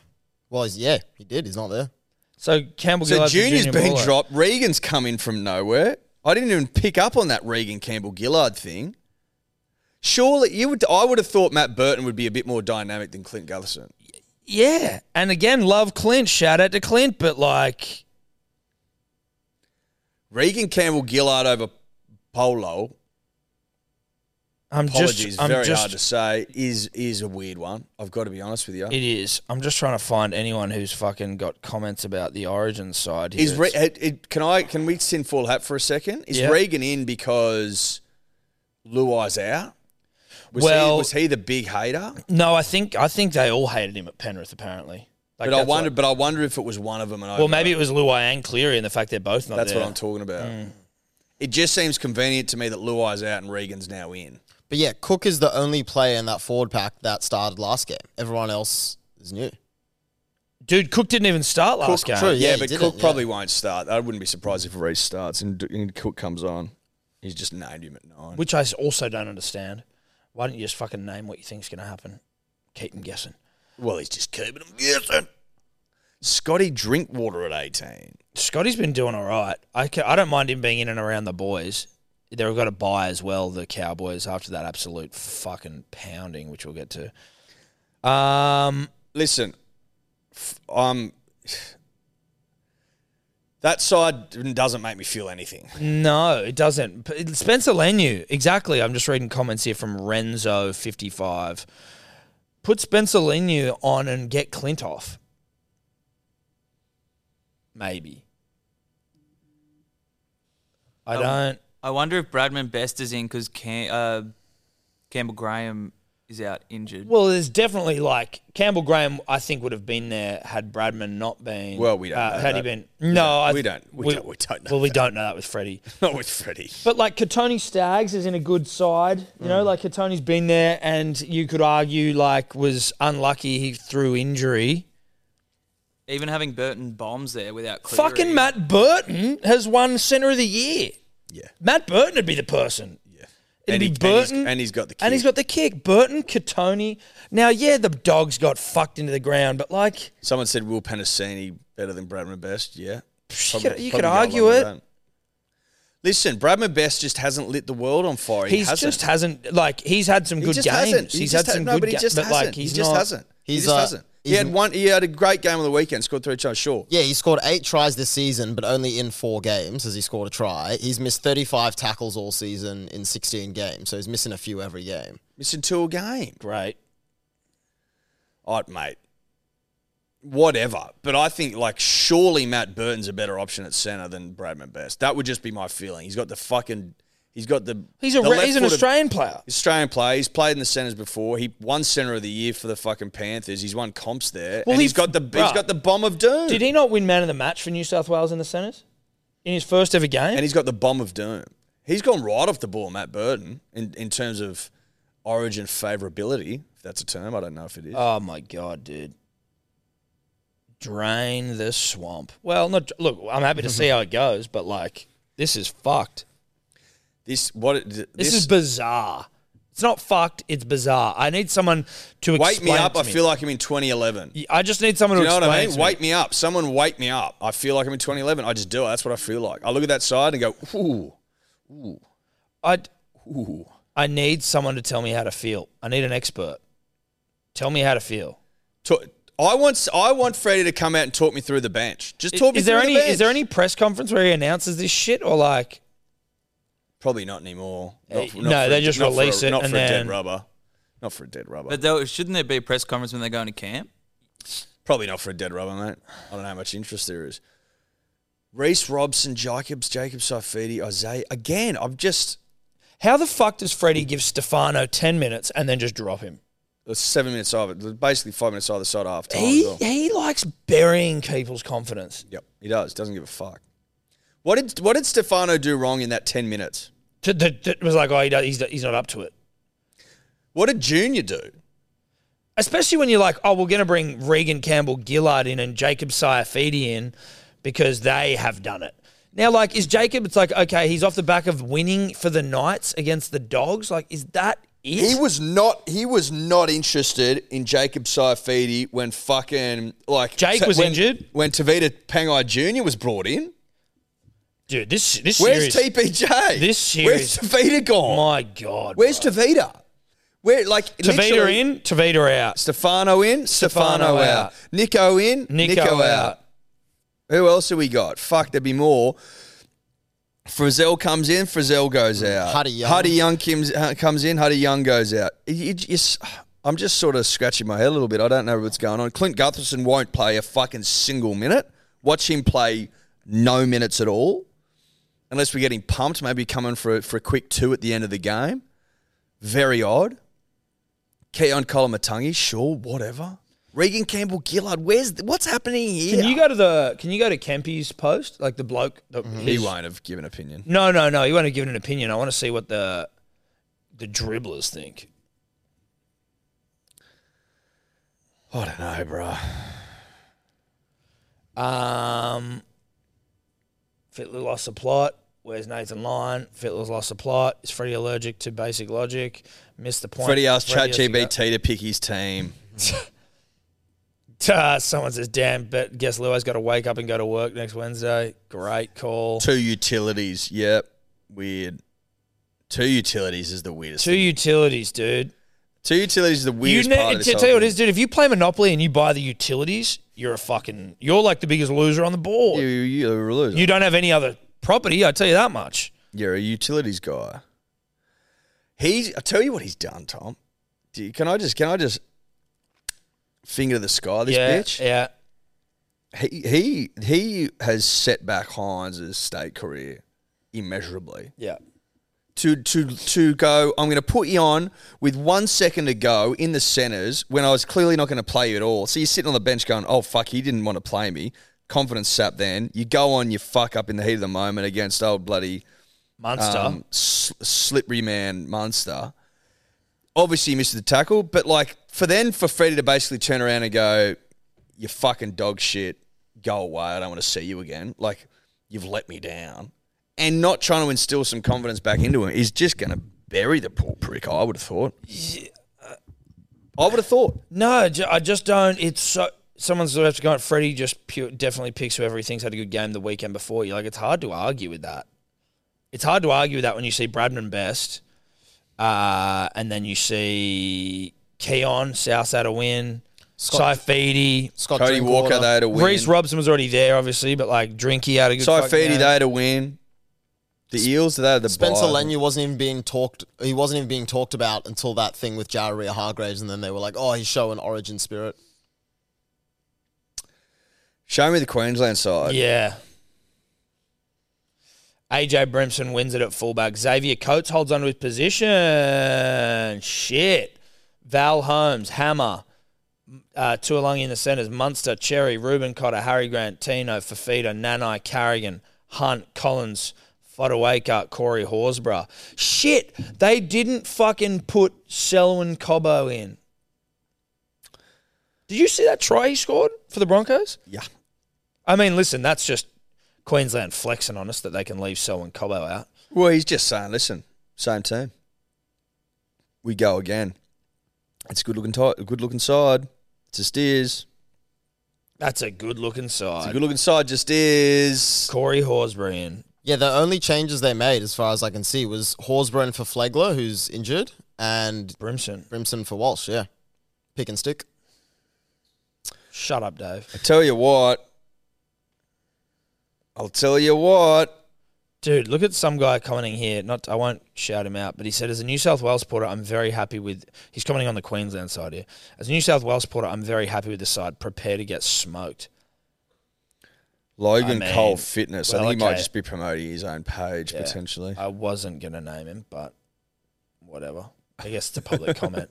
Well, he's, yeah, he did. He's not there. So Campbell. So Gillard's a Junior's junior been Paulo. dropped. Regan's come in from nowhere. I didn't even pick up on that Regan Campbell Gillard thing. Surely you would. I would have thought Matt Burton would be a bit more dynamic than Clint Gutherson. Yeah, and again, love Clint. Shout out to Clint, but like, Regan Campbell Gillard over Polo. I'm Apologies, just, I'm very just, hard to say. Is is a weird one. I've got to be honest with you. it is. I'm just trying to find anyone who's fucking got comments about the origin side. Here. Is Re- It's- it, it, can I can we sin full hat for a second? Is Yeah. Regan in because Luai's out? Was he, Well- was he the big hater? no, I think, I think they all hated him at Penrith. Apparently, like, but I that's what- wonder. But I wonder if it was one of them. And I Well, maybe it was Luai and Cleary, and the fact they're both not That's there. Mm. what I'm talking about. It just seems convenient to me that Luai's out and Regan's now in. But yeah, Cook is the only player in that forward pack that started last game. Everyone else is new. Dude, Cook didn't even start last game. true. Yeah, Yeah, he but didn't, Cook yeah. probably won't start. I wouldn't be surprised if Reece starts and, and Cook comes on. He's just named him at nine. Which I also don't understand. Why don't you just fucking name what you think's going to happen? Keep them guessing. well, he's just keeping him guessing. Scotty Drinkwater at 18. Scotty's been doing all right. I, ca I don't mind him being in and around the boys. They've got a buy as well, the Cowboys, after that absolute fucking pounding, which we'll get to. Um, Listen, f- um, that side doesn't make me feel anything. no, it doesn't. P- Spencer Lenu, exactly. I'm just reading comments here from Renzo55. Put Spencer Lenu on and get Clint off. Maybe. I Um, don't. I wonder if Bradman Best is in because Cam- uh, Campbell Graham is out injured. Well, there's definitely like Campbell Graham. I think would have been there had Bradman not been. Well, we don't Uh, know had he that. been? No, I, we don't- we don't- we don't know Well, we don't know that was Freddie. Not with Freddie. But like Katoni Staggs is in a good side. You Mm. know, like Katoni's been there, and you could argue like was unlucky he through injury. Even having Burton bombs there without Cleary. Fucking Matt Burton has won Centre of the Year. Yeah. Matt Burton would be the person. Yeah. It'd And be he- and he's- Burton. and he's got the And he's kick. got the kick. Burton, Katoni. Now, yeah, the dogs got fucked into the ground, but like, Someone said Will Penasini better than Bradman Best. Yeah, you Probably- could, you probably could go along argue with it. that. Listen, Bradman Best just hasn't lit the world on fire. He He's hasn't. just hasn't like he's had some He good just games. hasn't. He He's just had ha- some no, good but he games, just but hasn't. like he's he just not. hasn't. he He's, just uh, hasn't. He he's had n- one. He had a great game on the weekend. Scored three tries. Sure. Yeah, he scored eight tries this season, but only in four games has he scored a try. He's missed 35 tackles all season in 16 games, so he's missing a few every game. Missing two a game. Great. All right, mate. Whatever. But I think like surely Matt Burton's a better option at centre than Bradman Best. That would just be my feeling. He's got the fucking. He's got the. He's a re- the left he's an footed- Australian player. Australian player. He's played in the centres before. He won centre of the year for the fucking Panthers. He's won comps there. Well, and he's he- got the he's bruh. got the bomb of doom. Did he not win man of the match for New South Wales in the centres in his first ever game? and he's got the bomb of doom. He's gone right off the ball, Matt Burton, in, in terms of origin favourability. If that's a term, I don't know if it is. Oh my god, dude. Drain the swamp. Well, not look, I'm happy to see how it goes, but like this is fucked. this what it, this, This, is bizarre. It's not fucked, it's bizarre. I need someone to explain wake me it up. to I feel like I'm in 2011. You I just need someone to know what explain it I mean? to me. Wake me up. Someone wake me up. I feel like I'm in 2011. I just do it. That's what I feel like. I look at that side and go, ooh. I Ooh. I need someone to tell me how to feel. I need an expert. Tell me how to feel. Ta- I want I want Freddie to come out and talk me through the bench. Just talk me Is there through any the is there bench. any press conference where he announces this shit or like Probably not anymore. Not Eh, no, for- they just not for a- release it Not and for a then- dead rubber. Not for a dead rubber. But there, shouldn't there be a press conference when they go into camp? Probably not for a dead rubber, mate. I don't know how much interest there is. Reese Robson, Jacobs, Jacob Saifidi, Isaiah. Again, I'm just how the fuck does Freddie give Stefano ten minutes and then just drop him? it's seven minutes over. Basically five minutes either side of half time. He he likes burying people's confidence. Yep, he does. Doesn't give a fuck. What did what did Stefano do wrong in that ten minutes? To, to, to- it was like oh he do- he's he's not up to it. What did Junior do? Especially when you're like oh we're gonna bring Regan Campbell Gillard in and Jacob Saifidi in because they have done it. Now like is Jacob? It's like okay he's off the back of winning for the Knights against the Dogs. Like is that it? He was not. He was not interested in Jacob Saifidi when fucking like Jake ta- was when- injured. when Tavita Pangai Junior was brought in. Dude, this this Where's series. TPJ? This Where's series- Tavita gone? my God, Where's Tavita? Where like bro. Tavita literally- in, Tavita out. Stefano in, Stefano, Stefano out. out. Nico in, Nico out. Nico, out. Who else have we got? Fuck, there'd be more. Frizzell comes in, Frizzell goes out. Huddy Young. Huddy Young comes, comes in, Huddy Young goes out. You- you- it's- I'm just sort of scratching my head a little bit. I don't know what's going on. Clint Gutherson won't play a fucking single minute. Watch him play no minutes at all. Unless we're getting pumped, maybe coming for a, for a quick two at the end of the game. Very odd. Keon Colomatungi, sure, whatever. Regan Campbell Gillard, where's what's happening here? Can you go to the? Can you go to Kempy's post? Like the bloke. That Mm-hmm. he his- won't have given opinion. No, no, no. He won't have given an opinion. I want to see what the the dribblers think. I don't know, bro. Um, Fitler lost the plot. Where's Nathan Lyon? Fitler's lost the plot. Is Freddie allergic to basic logic? Missed the point. Freddie asked Freddie has to go- ChatGPT to pick his team. Uh, someone says, "Damn, but guess Luo's got to wake up and go to work next Wednesday." Great call. Two utilities, yep. Weird. Two utilities is the weirdest. Two Two, utilities, dude. Two utilities is the You weirdest ne- part of to this tell whole you what it thing. is, dude. If you play Monopoly and you buy the utilities, you're a fucking. You're like the biggest loser on the board. You, You, you're a loser. don't have any other property. I tell you that much. You're a utilities guy. He's. I tell you what he's done, Tom. Do you- can I just? Can I just? Finger to the sky, this yeah, bitch. yeah. He he he has set back Hines' state career immeasurably. Yeah. To to to go, I'm going to put you on with one second to go in the centres when I was clearly not going to play you at all. So you're sitting on the bench going, oh fuck, he didn't want to play me. Confidence sap. Then you go on, you fuck up in the heat of the moment against old bloody Monster. um, s- slippery man monster. Obviously, he missed the tackle, but like for then for Freddie to basically turn around and go, "You fucking dog shit, go away. I don't want to see you again." Like you've let me down, and not trying to instill some confidence back into him is just going to bury the poor prick. I would have thought. I would have thought. no, ju- I just don't. It's so. Someone's gonna have to go. at Freddie just pure, definitely picks whoever he thinks had a good game the weekend before. You're like, it's hard to argue with that. It's hard to argue with that when you see Bradman best, uh, and then you see Keon South had a win. Saifidi, Scott Cody Drinkwater. Walker, they had a win. Reese Robson was already there, obviously, but like Drinky had a good. fucking Saifidi, game. they had a win. The Eels, they had the Spencer bye. Lenu wasn't even being talked. He wasn't even being talked about until that thing with Jaria Hargraves, and then they were like, "Oh, he's showing origin spirit." Show me the Queensland side. Yeah. AJ Brimson wins it at fullback. Xavier Coates holds on to his position. Shit. Val Holmes, Hammer. Uh, Tuolungi in the centres. Munster, Cherry, Ruben Cotter, Harry Grant, Tino, Fafita, Nanai, Carrigan, Hunt, Collins, Fodawaker, Corey Horsburgh. Shit. They didn't fucking put Selwyn Cobbo in. Did you see that try he scored for the Broncos? yeah. I mean, listen, that's just Queensland flexing on us that they can leave Selwyn Cobbo out. Well, he's just saying, listen, same team. We go again. It's a good looking, ti- good looking side. It's just is. That's a good looking It's a side. good looking side. Just is. Corey Horsbury in. Yeah, the only changes they made, as far as I can see, was Horsburn for Flegler, who's injured, and Brimson. Brimson for Walsh. Yeah, pick and stick. Shut up, Dave. I tell you what. I'll tell you what. Dude, look at some guy commenting here. Not I won't shout him out, but he said, as a New South Wales supporter, I'm very happy with. He's commenting on the Queensland side here. As a New South Wales supporter, I'm very happy with the side. Prepare to get smoked. Logan I mean, Cole Fitness. I well, think he might okay. just be promoting his own page Yeah. potentially. I wasn't gonna name him, but whatever. I guess it's a public comment.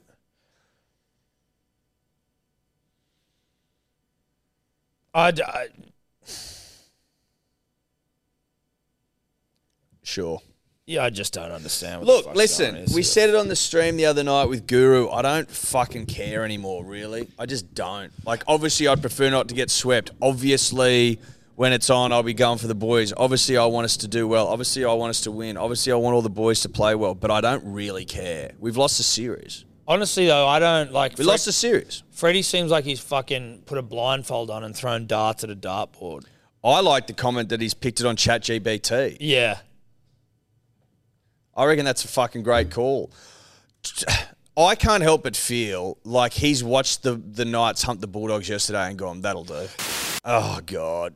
I'd, I Sure. yeah, I just don't understand. What the Look, fuck's going listen, on here. we said it on the stream the other night with Guru. I don't fucking care anymore, really. I just don't. Like, obviously, I'd prefer not to get swept. Obviously, when it's on, I'll be going for the boys. Obviously, I want us to do well. Obviously, I want us to win. Obviously, I want all the boys to play well, but I don't really care. We've lost a series. honestly though, I don't like. We Fre- lost a series. Freddie seems like he's fucking put a blindfold on and thrown darts at a dartboard. I like the comment that he's picked it on ChatGBT. Yeah, I reckon that's a fucking great call. I can't help but feel like he's watched the, the Knights hunt the Bulldogs yesterday and gone, that'll do. Oh, God.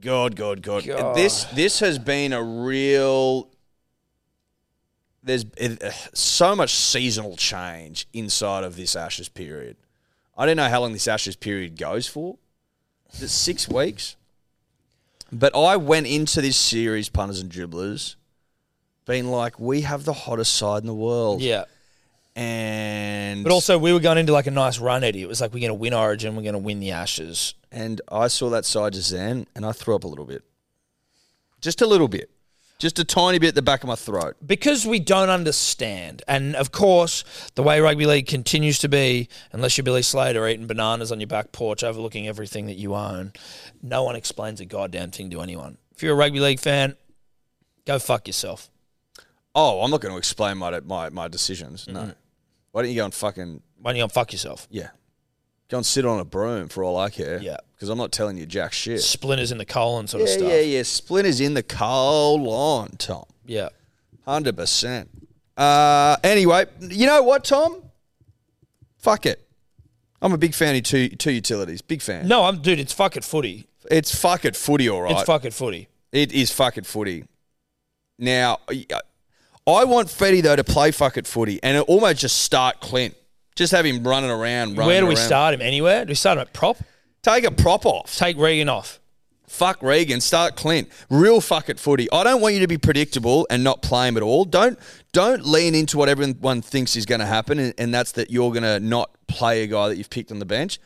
God, God, God. God. This this has been a real. There's it, so much seasonal change inside of this Ashes period. I don't know how long this Ashes period goes for. Is it six weeks? But I went into this series, punters and dribblers, being like, we have the hottest side in the world. yeah. And But also, we were going into like a nice run, Eddie. It was like we're going to win Origin, we're going to win the Ashes. and I saw that side to Zan and I threw up a little bit. Just a little bit. Just a tiny bit at the back of my throat. because we don't understand, and of course, the way rugby league continues to be, unless you're Billy Slater eating bananas on your back porch, overlooking everything that you own, no one explains a goddamn thing to anyone. If you're a rugby league fan, go fuck yourself. Oh, I'm not going to explain my my, my decisions. Mm-hmm. No. Why don't you go and fucking Why don't you go and fuck yourself? yeah, go and sit on a broom for all I care. Yeah. because I'm not telling you jack shit. Splinters in the colon, sort of Yeah, stuff. yeah, yeah. Splinters in the coal on Tom. yeah. Hundred percent. Uh, anyway, you know what, Tom? Fuck it. I'm a big fan of two two utilities. Big fan. No, I'm dude. It's fuck it footy. It's fuck it footy, all right. It's fuck it footy. It is fuck it footy. Now, I- I want Fetty though to play fuck it footy and almost just start Clint. Just have him running around. Running Where do we around. start him? Anywhere? Do we start him at prop? Take a prop off. Take Regan off. Fuck Regan. Start Clint. Real fuck it footy. I don't want you to be predictable and not play him at all. Don't don't lean into what everyone thinks is going to happen, and, and that's that you're going to not play a guy that you've picked on the bench.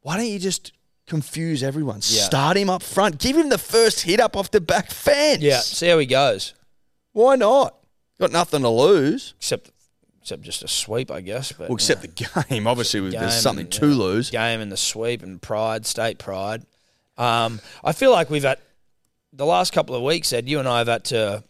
Why don't you just confuse everyone? Start him up front. Give him the first hit up off the back fence. Yeah. See how he goes. Why not? Got nothing to lose. Except, except just a sweep, I guess. But Well, except the game. Obviously, we've game there's something and, to yeah, lose. Game and the sweep and pride, state pride. Um, I feel like we've had the last couple of weeks, Ed, you and I have had to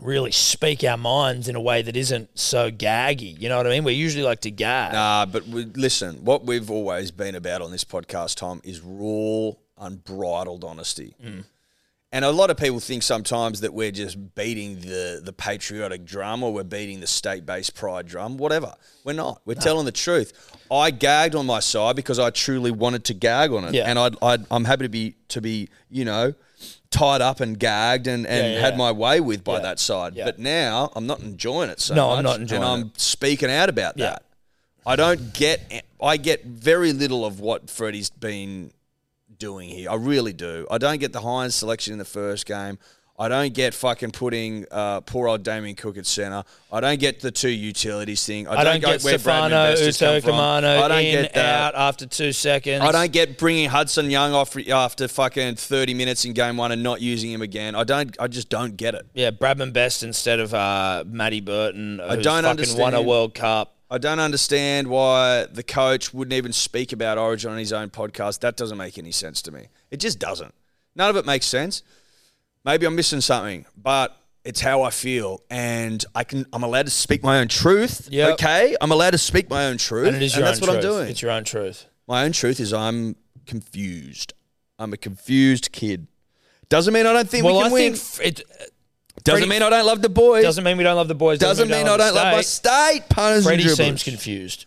really speak our minds in a way that isn't so gaggy. You know what I mean? We usually like to gag. Nah, but we, listen, what we've always been about on this podcast, Tom, is raw, unbridled honesty. Mm. And a lot of people think sometimes that we're just beating the the patriotic drum or we're beating the state based pride drum. Whatever, we're not. We're telling the truth. I gagged on my side because I truly wanted to gag on it, Yeah. and I'd, I'd, I'm happy to be to be you know tied up and gagged and, and Yeah, yeah, had yeah. my way with by Yeah. that side. Yeah. But now I'm not enjoying it so No, I'm much, not enjoying and I'm speaking out about Yeah. that. I don't get. I get very little of what Freddie's been doing here. I really do. I don't get the Hines selection in the first game. I don't get fucking putting uh, poor old Damien Cook at centre. I don't get the two utilities thing. I, I don't get where Bradman Stefano Best has come Uto from. Kamano I don't in, get out that. after two seconds. I don't get bringing Hudson Young off after fucking thirty minutes in game one and not using him again. I don't. I just don't get it. Yeah, Bradman Best instead of uh, Matty Burton, who's don't fucking won a understand. World Cup. I don't understand why the coach wouldn't even speak about Origin on his own podcast. That doesn't make any sense to me. It just doesn't. None of it makes sense. Maybe I'm missing something, but it's how I feel, and I can. I'm allowed to speak my own truth. Yep. Okay, I'm allowed to speak my own truth, And it is your that's own what truth. I'm doing. It's your own truth. My own truth is I'm confused. I'm a confused kid. Doesn't mean I don't think Well, we I can think win. f- it doesn't Freddie- mean I don't love the boys. Doesn't, doesn't mean we don't love the boys. Doesn't, mean mean I don't love my state. state. Punters Freddie and seems dribblers. confused.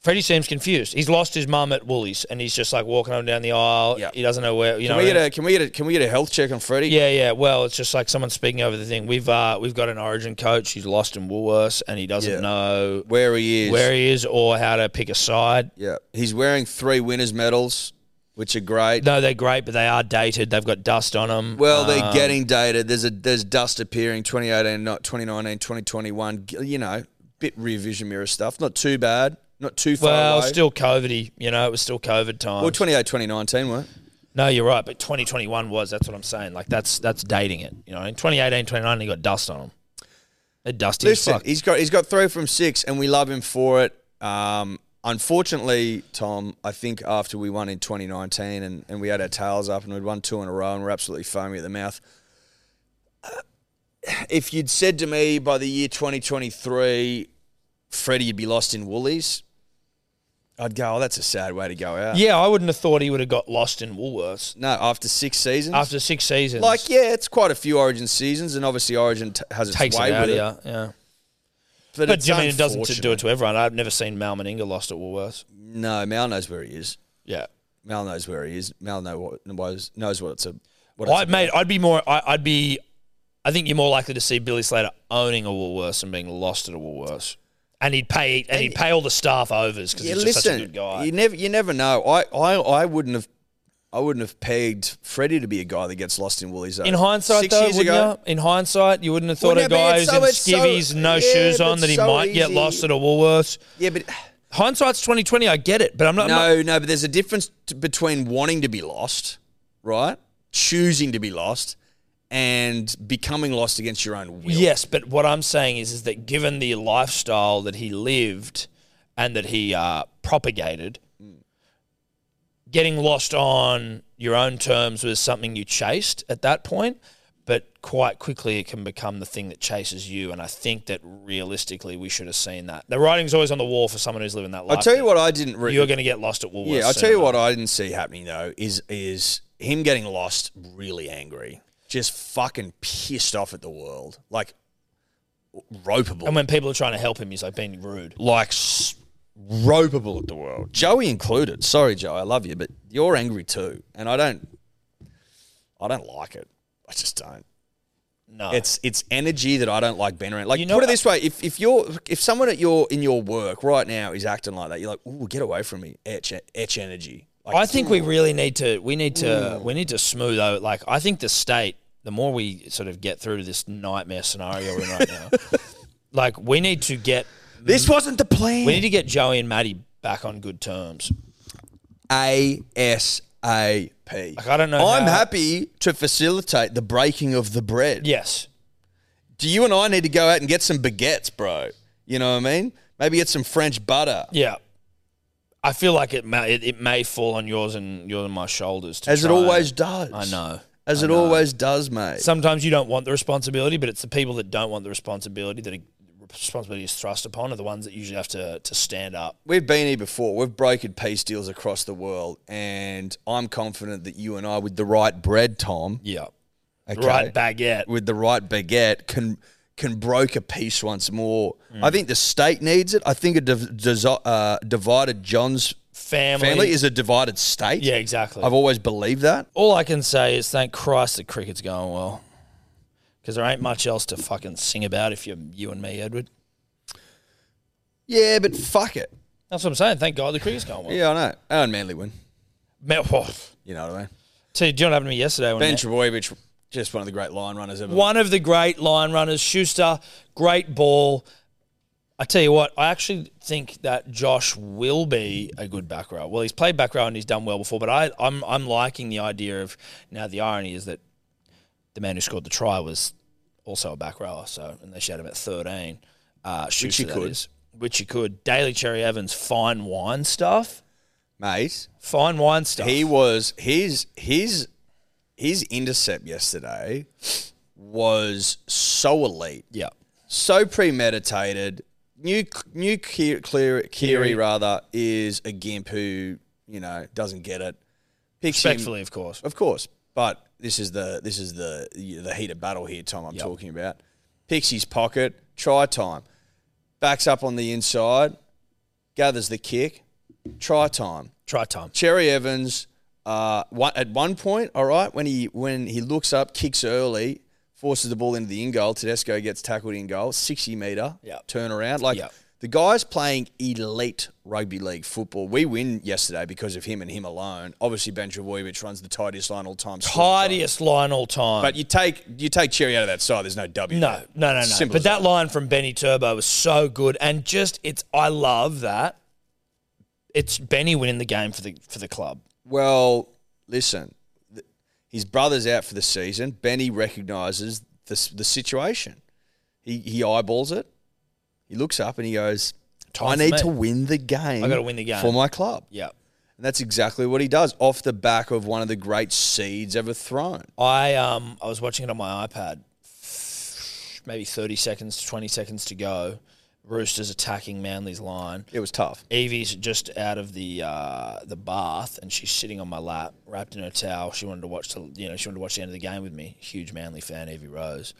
Freddie seems confused. He's lost his mum at Woolies, and he's just like walking up and down the aisle. Yeah. He doesn't know where. You know. Can we what I get mean? a can we get a can we get a health check on Freddie? yeah, yeah. Well, it's just like someone speaking over the thing. We've uh, we've got an Origin coach who's lost in Woolworths, and he doesn't Yeah. know Where he is. where he is or how to pick a side. yeah. He's wearing three winners medals, which are great. No, they're great, but they are dated. They've got dust on Um, them. Well, they're getting dated. There's a there's dust appearing 2018, not 2019, 2021. G- You know, bit rear vision mirror stuff. Not too bad. Not too far well, away. still COVID. You know, it was still COVID time. well, 28, 2019, weren't? it? No, you're right, but 2021 was. That's what I'm saying. Like that's that's dating it. You know, in 2018, 2019, he got dust on him. They're dusty as Listen, fuck. he's got he's got three from six, and we love him for it. Um, unfortunately, Tom, I think after we won in 2019 and, and we had our tails up and we'd won two in a row and we're absolutely foamy at the mouth. uh, If you'd said to me by the year 2023, Freddie, you'd be lost in Woolies, I'd go, oh, that's a sad way to go out. Yeah, I wouldn't have thought he would have got lost in Woolworths No, after six seasons. after six seasons. like, yeah, it's quite a few Origin seasons, and obviously Origin t- has its takes way it out with of it. you. Yeah, But, but it's I mean, it doesn't to unfortunate. do it to everyone. I've never seen Mal Meninga lost at Woolworths. No, Mal knows where he is. Yeah, Mal knows where he is. Mal know what, knows knows what it's a. What it's I, mate, I'd be more. I, I'd be. I think you're more likely to see Billy Slater owning a Woolworths than being lost at a Woolworths. And he'd pay and, he'd pay all the staff overs because yeah, he's just listen, such a good guy. you never you never know. I, I I wouldn't have I wouldn't have pegged Freddie to be a guy that gets lost in Woolies. though. In hindsight, Six though, years wouldn't ago, you? In hindsight, you wouldn't have thought Wouldn't a it be? guy It's who's so- in it's so- skivvies, no yeah, shoes but on, that he so might get easy. lost at a Woolworths. yeah, but Hindsight's twenty twenty. I get it, but I'm not. I'm not- no, no, but there's a difference t- between wanting to be lost, right, choosing to be lost, and becoming lost against your own will. yes, but what I'm saying is, is that given the lifestyle that he lived and that he uh, propagated, getting lost on your own terms was something you chased at that point. But quite quickly, it can become the thing that chases you. And I think that realistically, we should have seen that. The writing's always on the wall for someone who's living that life. I tell you that- what, I didn't. Re- you're going to get lost at Woolworths. Yeah, I'll soon tell you enough. what I didn't see happening though is is him getting lost really angry. Just fucking pissed off at the world. Like ropeable. And when people are trying to help him, he's like being rude. like s- ropeable at the world. Joey included. Sorry, Joe, I love you, but you're angry too. And I don't I don't like it. I just don't. No, It's it's energy that I don't like being around. Like You know- put it this way, if if you're if someone at your in your work right now is acting like that, you're like, "Ooh, get away from me." Etch etch energy. Like, I think we really need to. We need to. Mm. We need to smooth out. Like I think the state. The more we sort of get through to this nightmare scenario we're in right now, like we need to get this wasn't the plan. we need to get Joey and Maddie back on good terms. ASAP. Like, I don't know I'm how- happy to facilitate the breaking of the bread. Yes, Do you and I need to go out and get some baguettes, bro? You know what I mean? Maybe get some French butter. yeah. I feel like it may it, it may fall on yours and yours and my shoulders. To As it try and- always does. I know. As it always does, mate. Sometimes you don't want the responsibility, but it's the people that don't want the responsibility that a responsibility is thrust upon are the ones that usually have to to stand up. We've been here before. We've brokered peace deals across the world, and I'm confident that you and I, with the right bread, Tom, Yeah. okay, Right baguette. with the right baguette can can broker peace once more. I think the state needs it. I think a div- desi- uh, divided John's Family. family is a divided state. Yeah, exactly. I've always believed that. All I can say is thank Christ the cricket's going well. Because there ain't much else to fucking sing about if you're you and me, Edward. Yeah, but fuck it. That's what I'm saying. Thank God the cricket's going well. Yeah, I know. And Manly win. Me- oh, You know what I mean? tell you, do you know what happened to me yesterday? When Ben Trebojevic, just one of the great line runners ever. one of the great line runners, Schuster, great ball. I tell you what, I actually think that Josh will be a good back row. Well, he's played back row and he's done well before, but I, I'm I'm liking the idea of now. The irony is that the man who scored the try was also a back rower, so and they showed him at 13. Uh, Schuster, that could. is. which he could. Daily Cherry Evans, fine wine stuff, Mate, fine wine stuff. he was his his his intercept yesterday was so elite. yeah, so premeditated. New new Ki- clear Kiri rather is a gimp who you know doesn't get it. Picks him- respectfully, of course. of course, but this is the this is the the heat of battle here, Tom. I'm talking about. Picks his pocket, try time, backs up on the inside, gathers the kick, try time. Try time. Cherry Evans, uh, one, at one point, all right, when he when he looks up, kicks early, forces the ball into the in goal. Tedesco gets tackled in goal, sixty meter Yep. turnaround. Like Yep. the guy's playing elite rugby league football. We win yesterday because of him and him alone. Obviously, Ben Travojevic runs the tightest line all time. Tidiest line all time. But you take you take Cherry out of that side. There's no W. No, there. no, no, no. Simple but as that line from Benny Turbo was so good, and just it's. I love that. It's Benny winning the game for the for the club. Well, listen, th- his brother's out for the season. Benny recognises the, s- the situation. He, he eyeballs it. He looks up and he goes, Time I for need me. to win the game. I gotta win the game. for my club. Yeah, And that's exactly what he does off the back of one of the great seeds ever thrown. I um I was watching it on my iPad. Maybe thirty seconds to twenty seconds to go. Roosters attacking Manly's line. It was tough. Evie's just out of the uh, the bath and she's sitting on my lap, wrapped in her towel. She wanted to watch the you know she wanted to watch the end of the game with me. Huge Manly fan, Evie Rose.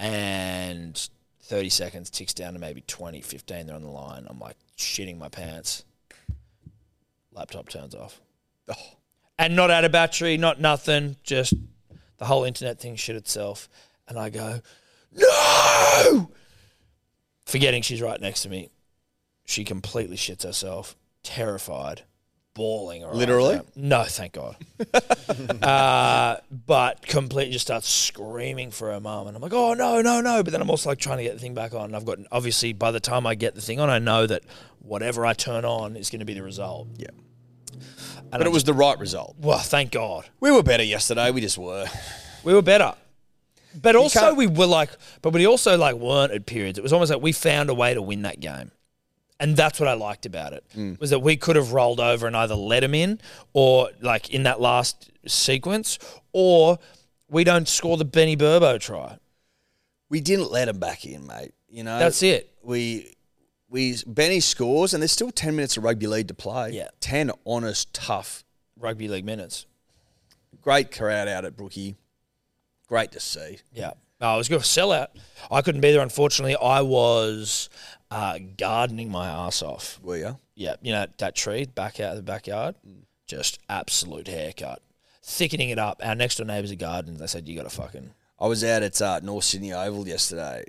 And 30 seconds ticks down to maybe 20, 15. They're on the line. I'm like shitting my pants. Laptop turns off, Oh, and not out of battery, not nothing. Just the whole internet thing shit itself. And I go, no, forgetting she's right next to me she completely shits herself, terrified, bawling. her eyes Literally? out. No, thank God. uh, but completely just starts screaming for her mum, and I'm like, oh no, no, no. But then I'm also like trying to get the thing back on. And I've got obviously by the time I get the thing on, I know that whatever I turn on is going to be the result. yeah. And But I'm it was the right result. just- well, thank God We were better yesterday. We just were. we were better. But also can't- we were like, but we also like weren't at periods. It was almost like we found a way to win that game. And that's what I liked about it Hmm. was that we could have rolled over and either let him in or like in that last sequence, or we don't score the Benny Burbo try. We didn't let him back in, mate. You know, That's it. we we Benny scores, and there's still ten minutes of rugby league to play. Yeah. ten honest, tough, Rugby league minutes. great crowd out at Brookie. Great to see. Yeah. No, it was good. Sellout. I couldn't be there, unfortunately. I was uh, gardening my ass off. Were you? yeah, you know that tree back out of the backyard, just absolute haircut, thickening it up. Our next door neighbours are gardeners. They said you got to fucking I was out at uh, North Sydney Oval yesterday,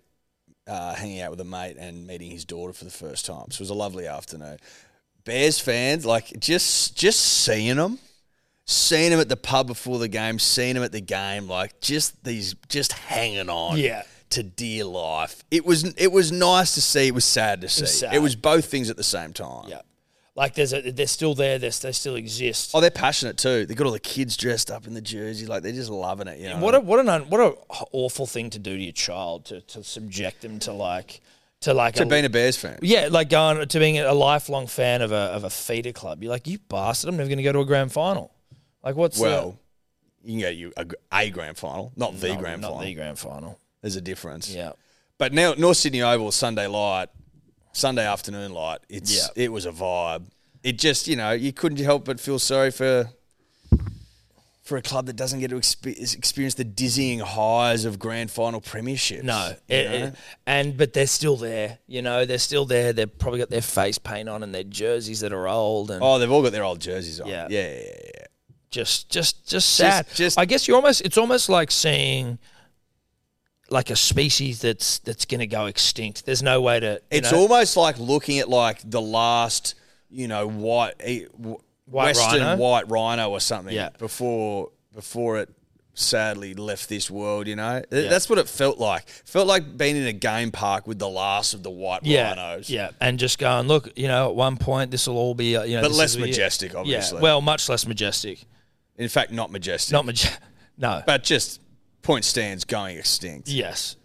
uh, hanging out with a mate and meeting his daughter for the first time. So it was a lovely afternoon. Bears fans, like just just seeing them, seeing them at the pub before the game, seeing them at the game, like just these just hanging on, Yeah. to dear life. It was it was nice to see. It was sad to see. It was, sad. both things at the same time. yeah, like there's a they're still there. They're, they still exist. Oh, they're passionate too. They got all the kids dressed up in the jersey, like they're just loving it. You know? What a what an un, what a awful thing to do to your child to, to subject them to like to like to being a Bears fan. yeah like going to being a lifelong fan of a of a feeder club. You're like you bastard. I'm never going to go to a grand final. Like what's Well, you can go you a, a grand final, not the the, grand not final. the grand final. There's a difference. Yeah. But now North Sydney Oval Sunday light, Sunday afternoon light. It's Yeah. it was a vibe. It just you know you couldn't help but feel sorry for for a club that doesn't get to expe- experience the dizzying highs of grand final premierships. No, you it- know? it- and but they're still there. You know, they're still there. They've probably got their face paint on and their jerseys that are old and oh, they've all got their old jerseys on. Yeah. yeah, yeah, yeah. yeah. just, just, just sad. just- I guess you almost. It's almost like seeing like a species that's that's going to go extinct. There's no way to. you It's know, almost like looking at like the last, you know, white, eh, w- White Western rhino? white rhino or something. Yeah. Before before it sadly left this world, you know, Th- that's what it felt like. Felt like being in a game park with the last of the white yeah, rhinos. yeah, and just going. Look, you know, at one point this will all be. uh, You know, But this less will be it." majestic, obviously. Yeah, well, much less majestic. In fact, not majestic. Not maj. No. but just point stands going extinct. yes,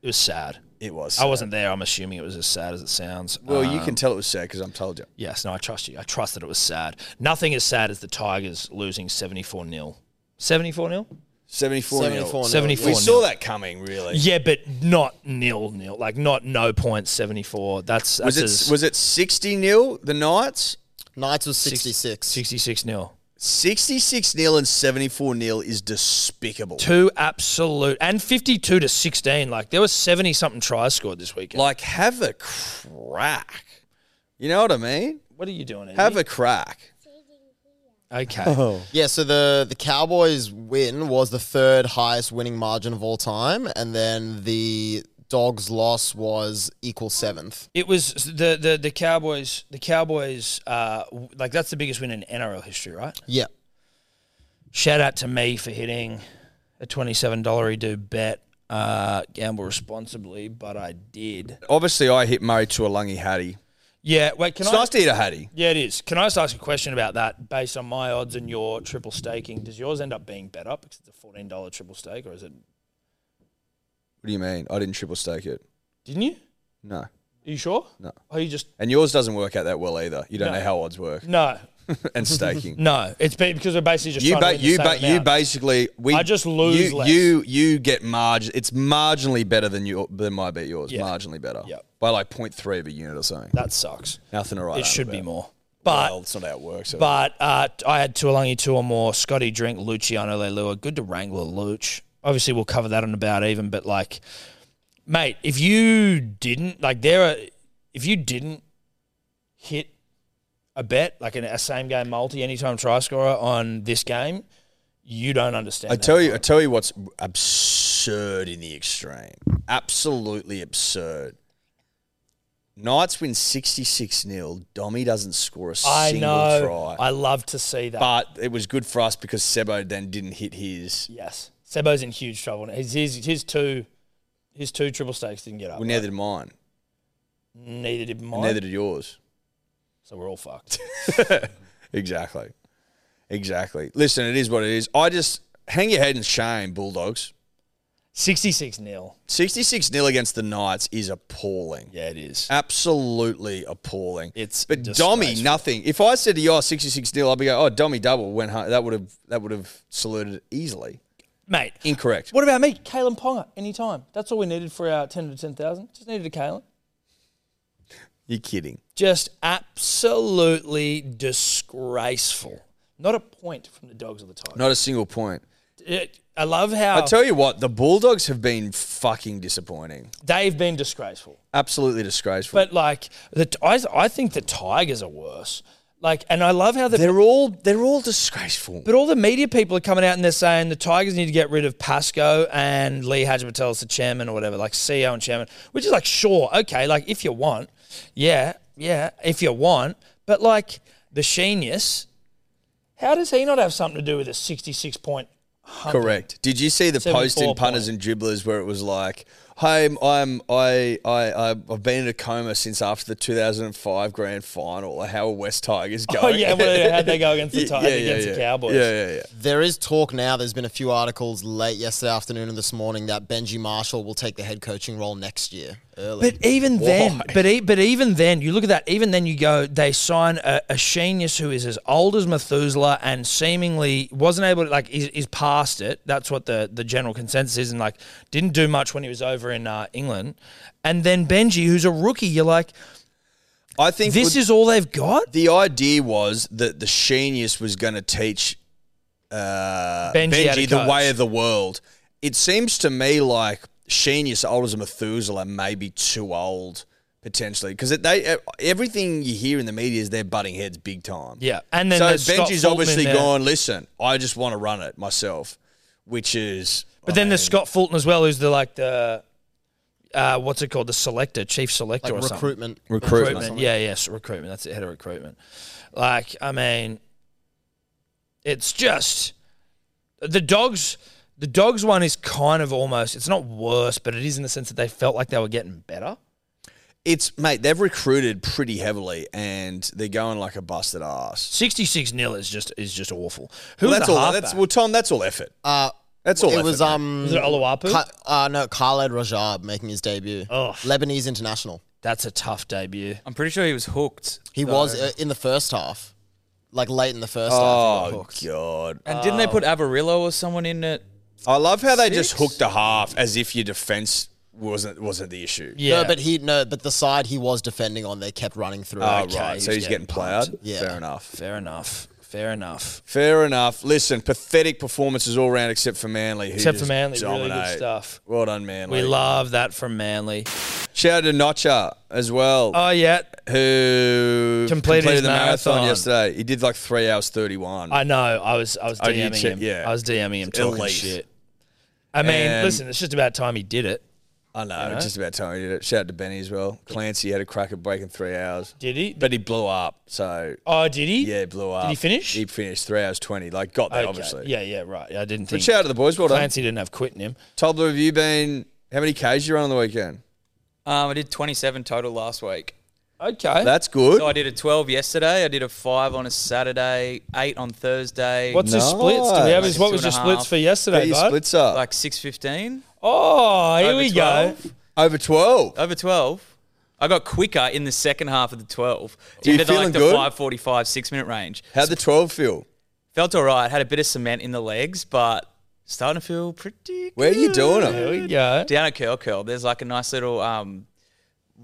it was sad. It was. I Um, wasn't there. I'm assuming it was as sad as it sounds. Uh, Well, you can tell it was sad because I'm told you. Yes, no, I trust you. I trust that it was sad. Nothing as sad as the Tigers losing 74 0. 74 0? 74 74 nil. nil. 74 We saw that coming, really. Yeah, but not nil nil. Like, not no points, 74. That's, that's Was it, as was it 60 nil, the Knights? Knights was 66. 66 0. 66 0 and 74 0 is despicable. Two absolute and fifty-two to sixteen. Like there were seventy something tries scored this weekend. Like, have a crack. You know what I mean? what are you doing? Andy? Have Oh. a crack. okay. Yeah, so the, the Cowboys win was the third highest winning margin of all time, and then the Dogs loss was equal seventh. It was the the the Cowboys. The Cowboys, uh, w- like that's the biggest win in NRL history, right? Yeah. Shout out to me for hitting a twenty-seven dollar do bet. Uh, gamble responsibly, but I did. Obviously, I hit Murray to a lungy hattie. Yeah, wait. Can It's I? nice to eat a hattie. yeah, it is. Can I just ask a question about that? Based on my odds and your triple staking, does yours end up being better because it's a fourteen dollar triple stake, or is it? What do you mean? I didn't triple stake it. Didn't you? No, Are you sure? no. Oh, you just And yours doesn't work out that well either. You don't No. know how odds work no, and staking. no. It's be- because we're basically just You trying to ba- win the you same ba- you amount. basically we I just lose you less. you, you get margin it's marginally better than your than my bet yours Yeah. marginally better Yep. by like 0.3 of a unit or something That sucks. nothing to write it home should be about. more, but well, it's not how it works so- But uh, I had Tuolangi two or more. Scotty Drink, Luciano Lelua. Good to wrangle a Luch. Obviously, we'll cover that on about even. But like, mate, if you didn't like, there are if you didn't hit a bet like an, a same game multi anytime try scorer on this game, you don't understand. I that. tell you, I tell you what's absurd in the extreme. Absolutely absurd. Knights win 66 0. Domi doesn't score a I single know. try. I love to see that. but it was good for us because Sebo then didn't hit his. yes, Sebo's in huge trouble. His his, his two. His two triple stakes didn't get up. Well, neither did mine. neither did mine. and Neither did yours. so we're all fucked. Exactly. Exactly. Listen, it is what it is. I just hang your head in shame, Bulldogs. 66 nil. 66 0 against the Knights is appalling. Yeah, it is. Absolutely appalling. It's but Dommy disgraceful. nothing. If I said to you, oh, 66 nil, I'd be going, oh, Dommy double went home. That would have that would have saluted easily. Mate, Incorrect. what about me? Kalen Ponga, anytime. That's all we needed for our 10 to 10,000. Just needed a Kalen. You're kidding. Just absolutely disgraceful. Not a point from the dogs of the time. Not a single point. I love how I tell you what, the Bulldogs have been fucking disappointing. they've been disgraceful. Absolutely disgraceful. But, like, the I, I think the Tigers are worse. Like, and I love how the they're all they're all disgraceful. But all the media people are coming out and they're saying the Tigers need to get rid of Pasco and Lee Hajipatel's the chairman or whatever, like CEO and chairman, which is like, sure, okay, like if you want, yeah, yeah, if you want. But like the genius, how does he not have something to do with a 66 point? Correct. Did you see the post 74 in punters and dribblers where it was like, "Hey, I'm I I I- I've been in a coma since after the 2005 Grand Final. How are West Tigers going? Oh, yeah, well, how'd they go against the, Yeah, Tigers, yeah, against the yeah. Cowboys? Yeah, yeah, yeah. There is talk now, there's been a few articles late yesterday afternoon and this morning that Benji Marshall will take the head coaching role next year early. But even then, but e- but even then, you look at that. Even then, you go. They sign a, a genius who is as old as Methuselah and seemingly wasn't able to like is, is past it. That's what the the general consensus is, and like didn't do much when he was over in uh, England. And then Benji, who's a rookie, you're like, I think this with- is all they've got. the idea was that the genius was going to teach uh, Benji Benji, how to the coach. way of the world. It seems to me like Sheenius, old as a Methuselah, maybe too old potentially because they e, everything you hear in the media is they're butting heads big time. Yeah, and then so there's Scott Benji's Fulton in obviously there. gone. Listen, I just want to run it myself, which is. But then there's Scott Fulton as well, who's the like the uh, what's it called, the selector, chief selector, like or something. recruitment. recruitment. Yeah, yes, recruitment. That's it, head of recruitment. Like, I mean, it's just the dogs. The dogs one is kind of almost. It's not worse, but it is in the sense that they felt like they were getting better. It's mate. They've recruited pretty heavily, and they're going like a busted ass. Sixty-six 0 is just is just awful. Who Well, was that's the all. halfback? That's well, Tom. That's all effort. Uh, That's all. it effort, was mate. um was it Oluwapu? Oh. Ka- uh, no, Khaled Rajab making his debut. Ugh. Lebanese international. that's a tough debut. I'm pretty sure he was hooked. He was uh, in the first half, like late in the first half. he got Oh hooked. god! And didn't they put Avarillo or someone in it? I love how they just hooked a half as if your defense wasn't wasn't the issue. Yeah, No, but he no, but the side he was defending on, they kept running through. Oh it. right, so he's he's getting getting plowed. pumped. Yeah. Fair enough. fair enough. Fair enough. Fair enough. Listen, pathetic performances all round except for Manly. who Except for just Manly, really dominate. good stuff. Well done, Manly. We love that from Manly. Shout out to Notcha as well, Oh yeah, who Completed his the marathon, marathon. yesterday. He did like three hours thirty-one. I know. I was I was Oh, you DMing check- him. yeah. I was DMing him talking Elite. shit. I mean, And- listen, it's just about time he did it. I know, just about time he did it. Shout out to Benny as well. Clancy had a crack at breaking three hours, Did he? but he blew up. So oh, did he? yeah, he blew up. he finish? He finished three hours twenty. Like got that Okay. obviously. Yeah, yeah, right. I didn't But think shout out to the boys. Well done. Clancy didn't have quit in him. Tobler, have you been? How many Ks you run on the weekend? Um, I did 27 total last week. Okay. That's good. So I did a 12 yesterday. I did a five on a Saturday, eight on Thursday. What's his splits? Do we have his, Nice. what was Two your and a splits half. for Get yesterday, your bud? splits up like 615 Oh, here Over we 12? go. over twelve. over 12. I got quicker in the second half of the 12. You Into the, feeling like the good? 545, six minute range. How'd the twelve feel? Felt all right. Had a bit of cement in the legs, but starting to feel pretty Where are you doing Here them? we go. down at Curl Curl, there's like a nice little um,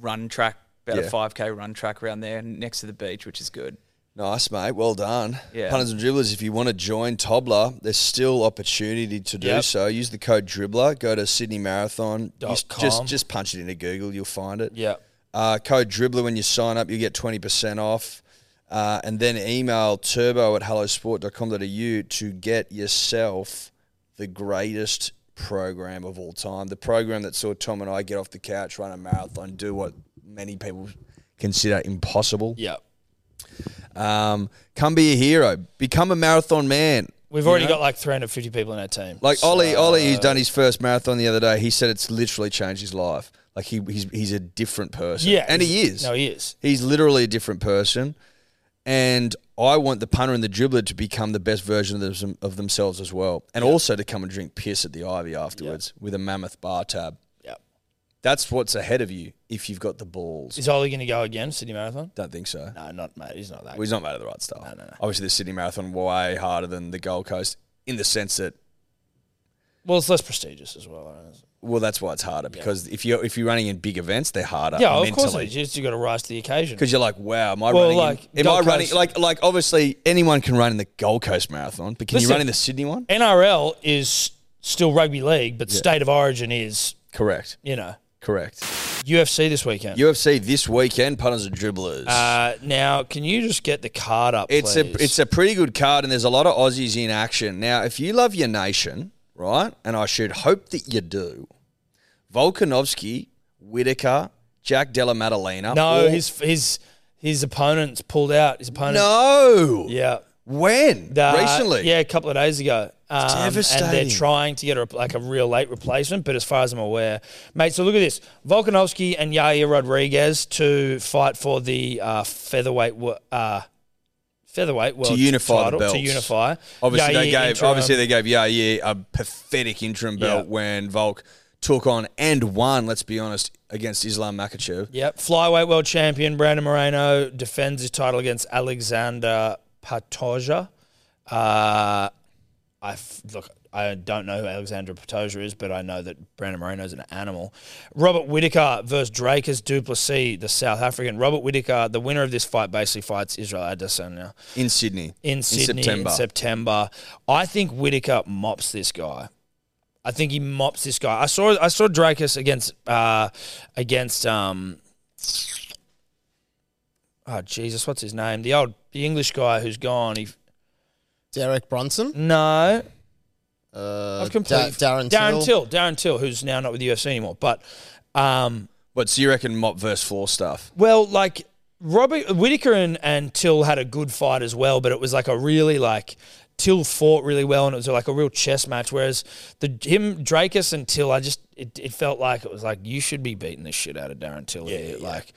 run track, about Yeah. a 5K run track around there next to the beach, which is good. Nice, mate. Well done. Yeah. Punters and dribblers, if you want to join Tobler, there's still opportunity to do Yep. so. Use the code Dribbler. Go to Sydney Marathon. Dot Just, com. just just punch it into Google. You'll find it. Yeah. Uh, code Dribbler when you sign up, you get 20% off. Uh, and then email turbo at hellosport.com.au to get yourself the greatest program of all time. The program that saw Tom and I get off the couch, run a marathon, do what many people consider impossible. Yeah. Um, come be a hero. Become a marathon man. We've already got like 350 people in our team. Like So- Ollie, Ollie, who's done his first marathon the other day, he said it's literally changed his life. Like he, he's, he's a different person. Yeah. and he is. No, he is. He's literally a different person. And I want the punter and the dribbler to become the best version of, them, of themselves as well. And also to come and drink piss at the Ivy afterwards with a mammoth bar tab. Yeah. That's what's ahead of you if you've got the balls. Is Ollie going to go again, Sydney Marathon? Don't think so. No, not, mate. He's not that Well, he's not made of the right stuff. Obviously, the Sydney Marathon way harder than the Gold Coast in the sense that Well, it's less prestigious as well. I guess. well, that's why it's harder because if you are if you're running in big events, they're harder. Yeah, of course it is. mentally. You just got to rise to the occasion. Because you're like, wow, am I Well, running? in- like, am I Gold running? Coast- Like, like obviously anyone can run in the Gold Coast Marathon, but can Listen- you run in the Sydney one? NRL is still rugby league, but state of origin is, Correct, you know, correct. UFC this weekend. UFC this weekend, punters and dribblers. uh, now, can you just get the card up? It's please? a it's a pretty good card, and there's a lot of Aussies in action now. If you love your nation, right, and I should hope that you do, Volkanovski, Whitaker, Jack Della Maddalena. no. all- His his his opponents pulled out. His opponent. no. Yeah. When The- uh, recently? Yeah, a couple of days ago. Um, And devastating. they're trying to get a, like a real late replacement, but as far as I'm aware, mate. So look at this: Volkanovski and Yair Rodriguez to fight for the uh, featherweight. wo- Uh, Featherweight world unify the title, to belts. unify. Obviously they Yair gave. interim. Obviously they gave Yair a pathetic interim belt Yeah. when Volk took on and won. Let's be honest against Islam Makachev. Yep. Flyweight world champion Brandon Moreno defends his title against Alexander Patoja. Uh, I f- look. I don't know who Alexander Patoja is, but I know that Brandon Moreno's an animal. Robert Whitaker versus Drakus Duplessis, the South African. Robert Whitaker, the winner of this fight, basically fights Israel Adesanya in Sydney in Sydney September. in September. I think Whitaker mops this guy. I think he mops this guy. I saw I saw Drakus against uh, against um oh Jesus, what's his name? The old the English guy who's gone. He Derek Brunson. no, Uh, I've completely Da- Darren, Darren Till. Till. Darren Till, who's now not with the UFC anymore, but um, What so you reckon? Mop versus floor stuff. well, like Robert Whitaker and, and Till had a good fight as well, but it was like a really like Till fought really well, and it was like a real chess match. Whereas the him Drakus and Till, I just it, it felt like it was like you should be beating the shit out of Darren Till here, like.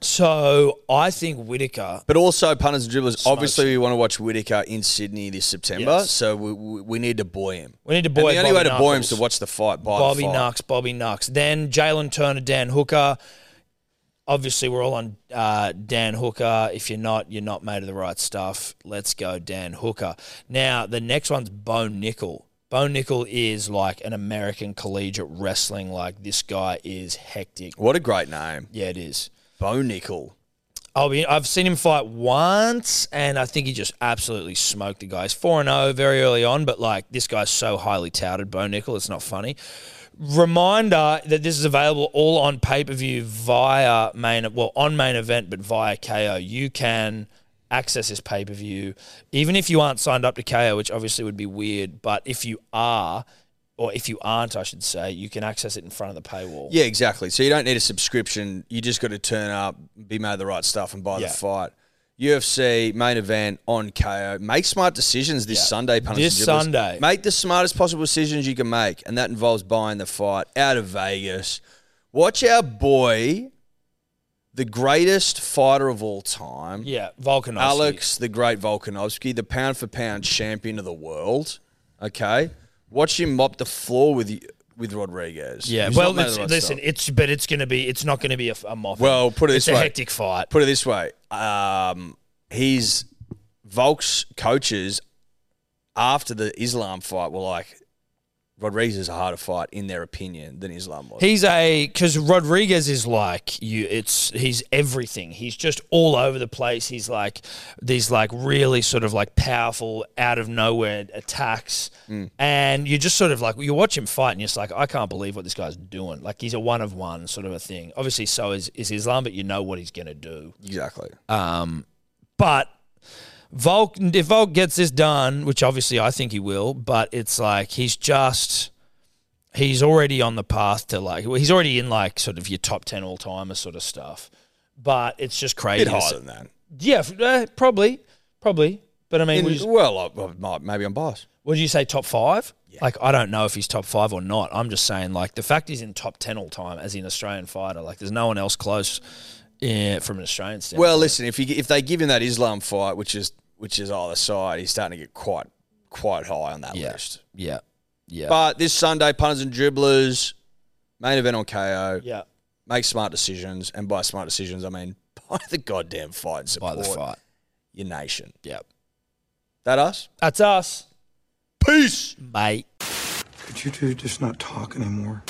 So I think Whitaker. But also, punters and dribblers, obviously, we want to watch Whitaker in Sydney this September, Yes. so we, we, we need to buoy him. We need to And buoy the only way Bobby to buoy him Knuckles. is to watch the fight. Buy Bobby the fight. Knox, Bobby Knox. Then Jalen Turner, Dan Hooker. Obviously, we're all on uh, Dan Hooker. If you're not, you're not made of the right stuff. Let's go, Dan Hooker. Now, the next one's Bo Nickel. Bo Nickel is like an American collegiate wrestling. Like, this guy is hectic. What a great name, Yeah, it is. Bo Nickel. I'll be, I've seen him fight once, and I think he just absolutely smoked the guy. He's 4 0 oh, very early on, but like this guy's so highly touted, Bo Nickel, it's not funny. Reminder that this is available all on pay per view via main, well, on main event, but via KO. You can access this pay per view, even if you aren't signed up to KO, which obviously would be weird, but if you are, or if you aren't, I should say, you can access it in front of the paywall. Yeah, exactly. So you don't need a subscription. You just got to turn up, be made the right stuff, and buy Yeah. the fight. UFC main event on KO. Make smart decisions this Yeah. Sunday, Punters and This Dribblers. Sunday. Make the smartest possible decisions you can make, and that involves buying the fight out of Vegas. Watch our boy, the greatest fighter of all time, Yeah, Volkanovski. Alex, the great Volkanovski, the pound for pound champion of the world. Okay, watch him mop the floor with with Rodriguez. Yeah, He's well, not made of it's, the right listen, stuff. it's but it's going to be it's not going to be a, a mob. Well, put it it's this a way. hectic fight. put it this way: um, he's Volk's coaches after the Islam fight were like Rodriguez is a harder fight in their opinion than Islam was. He's a because Rodriguez is like you. It's he's everything. He's just all over the place. He's like these like really sort of like powerful out of nowhere attacks, and you just sort of like you watch him fight, and you're just like, I can't believe what this guy's doing. Like he's a one of one sort of a thing. Obviously, so is is Islam, but you know what he's going to do. exactly. Um, but Volk, if Volk gets this done, which obviously I think he will, but it's like he's just he's already on the path to like well, he's already in like sort of your top ten all timer sort of stuff. But it's just a crazy. bit harder than that. Yeah, f- uh, probably, probably. But I mean, In- would you, well, I, I might, maybe I'm biased. would you say top five? Like I don't know if he's top five or not. I'm just saying like the fact he's in top ten all time as an Australian fighter. Like there's no one else close eh, from an Australian standpoint. Well, listen, if you, if they give him that Islam fight, which is which is either side, he's starting to get quite quite high on that yeah, list. yeah, yeah, But this Sunday, punters and dribblers, main event on KO. yeah. Make smart decisions, and by smart decisions, I mean buy the goddamn fight and by support the fight. your nation. Yep. That us? That's us. Peace. Mate. Could you two just not talk anymore?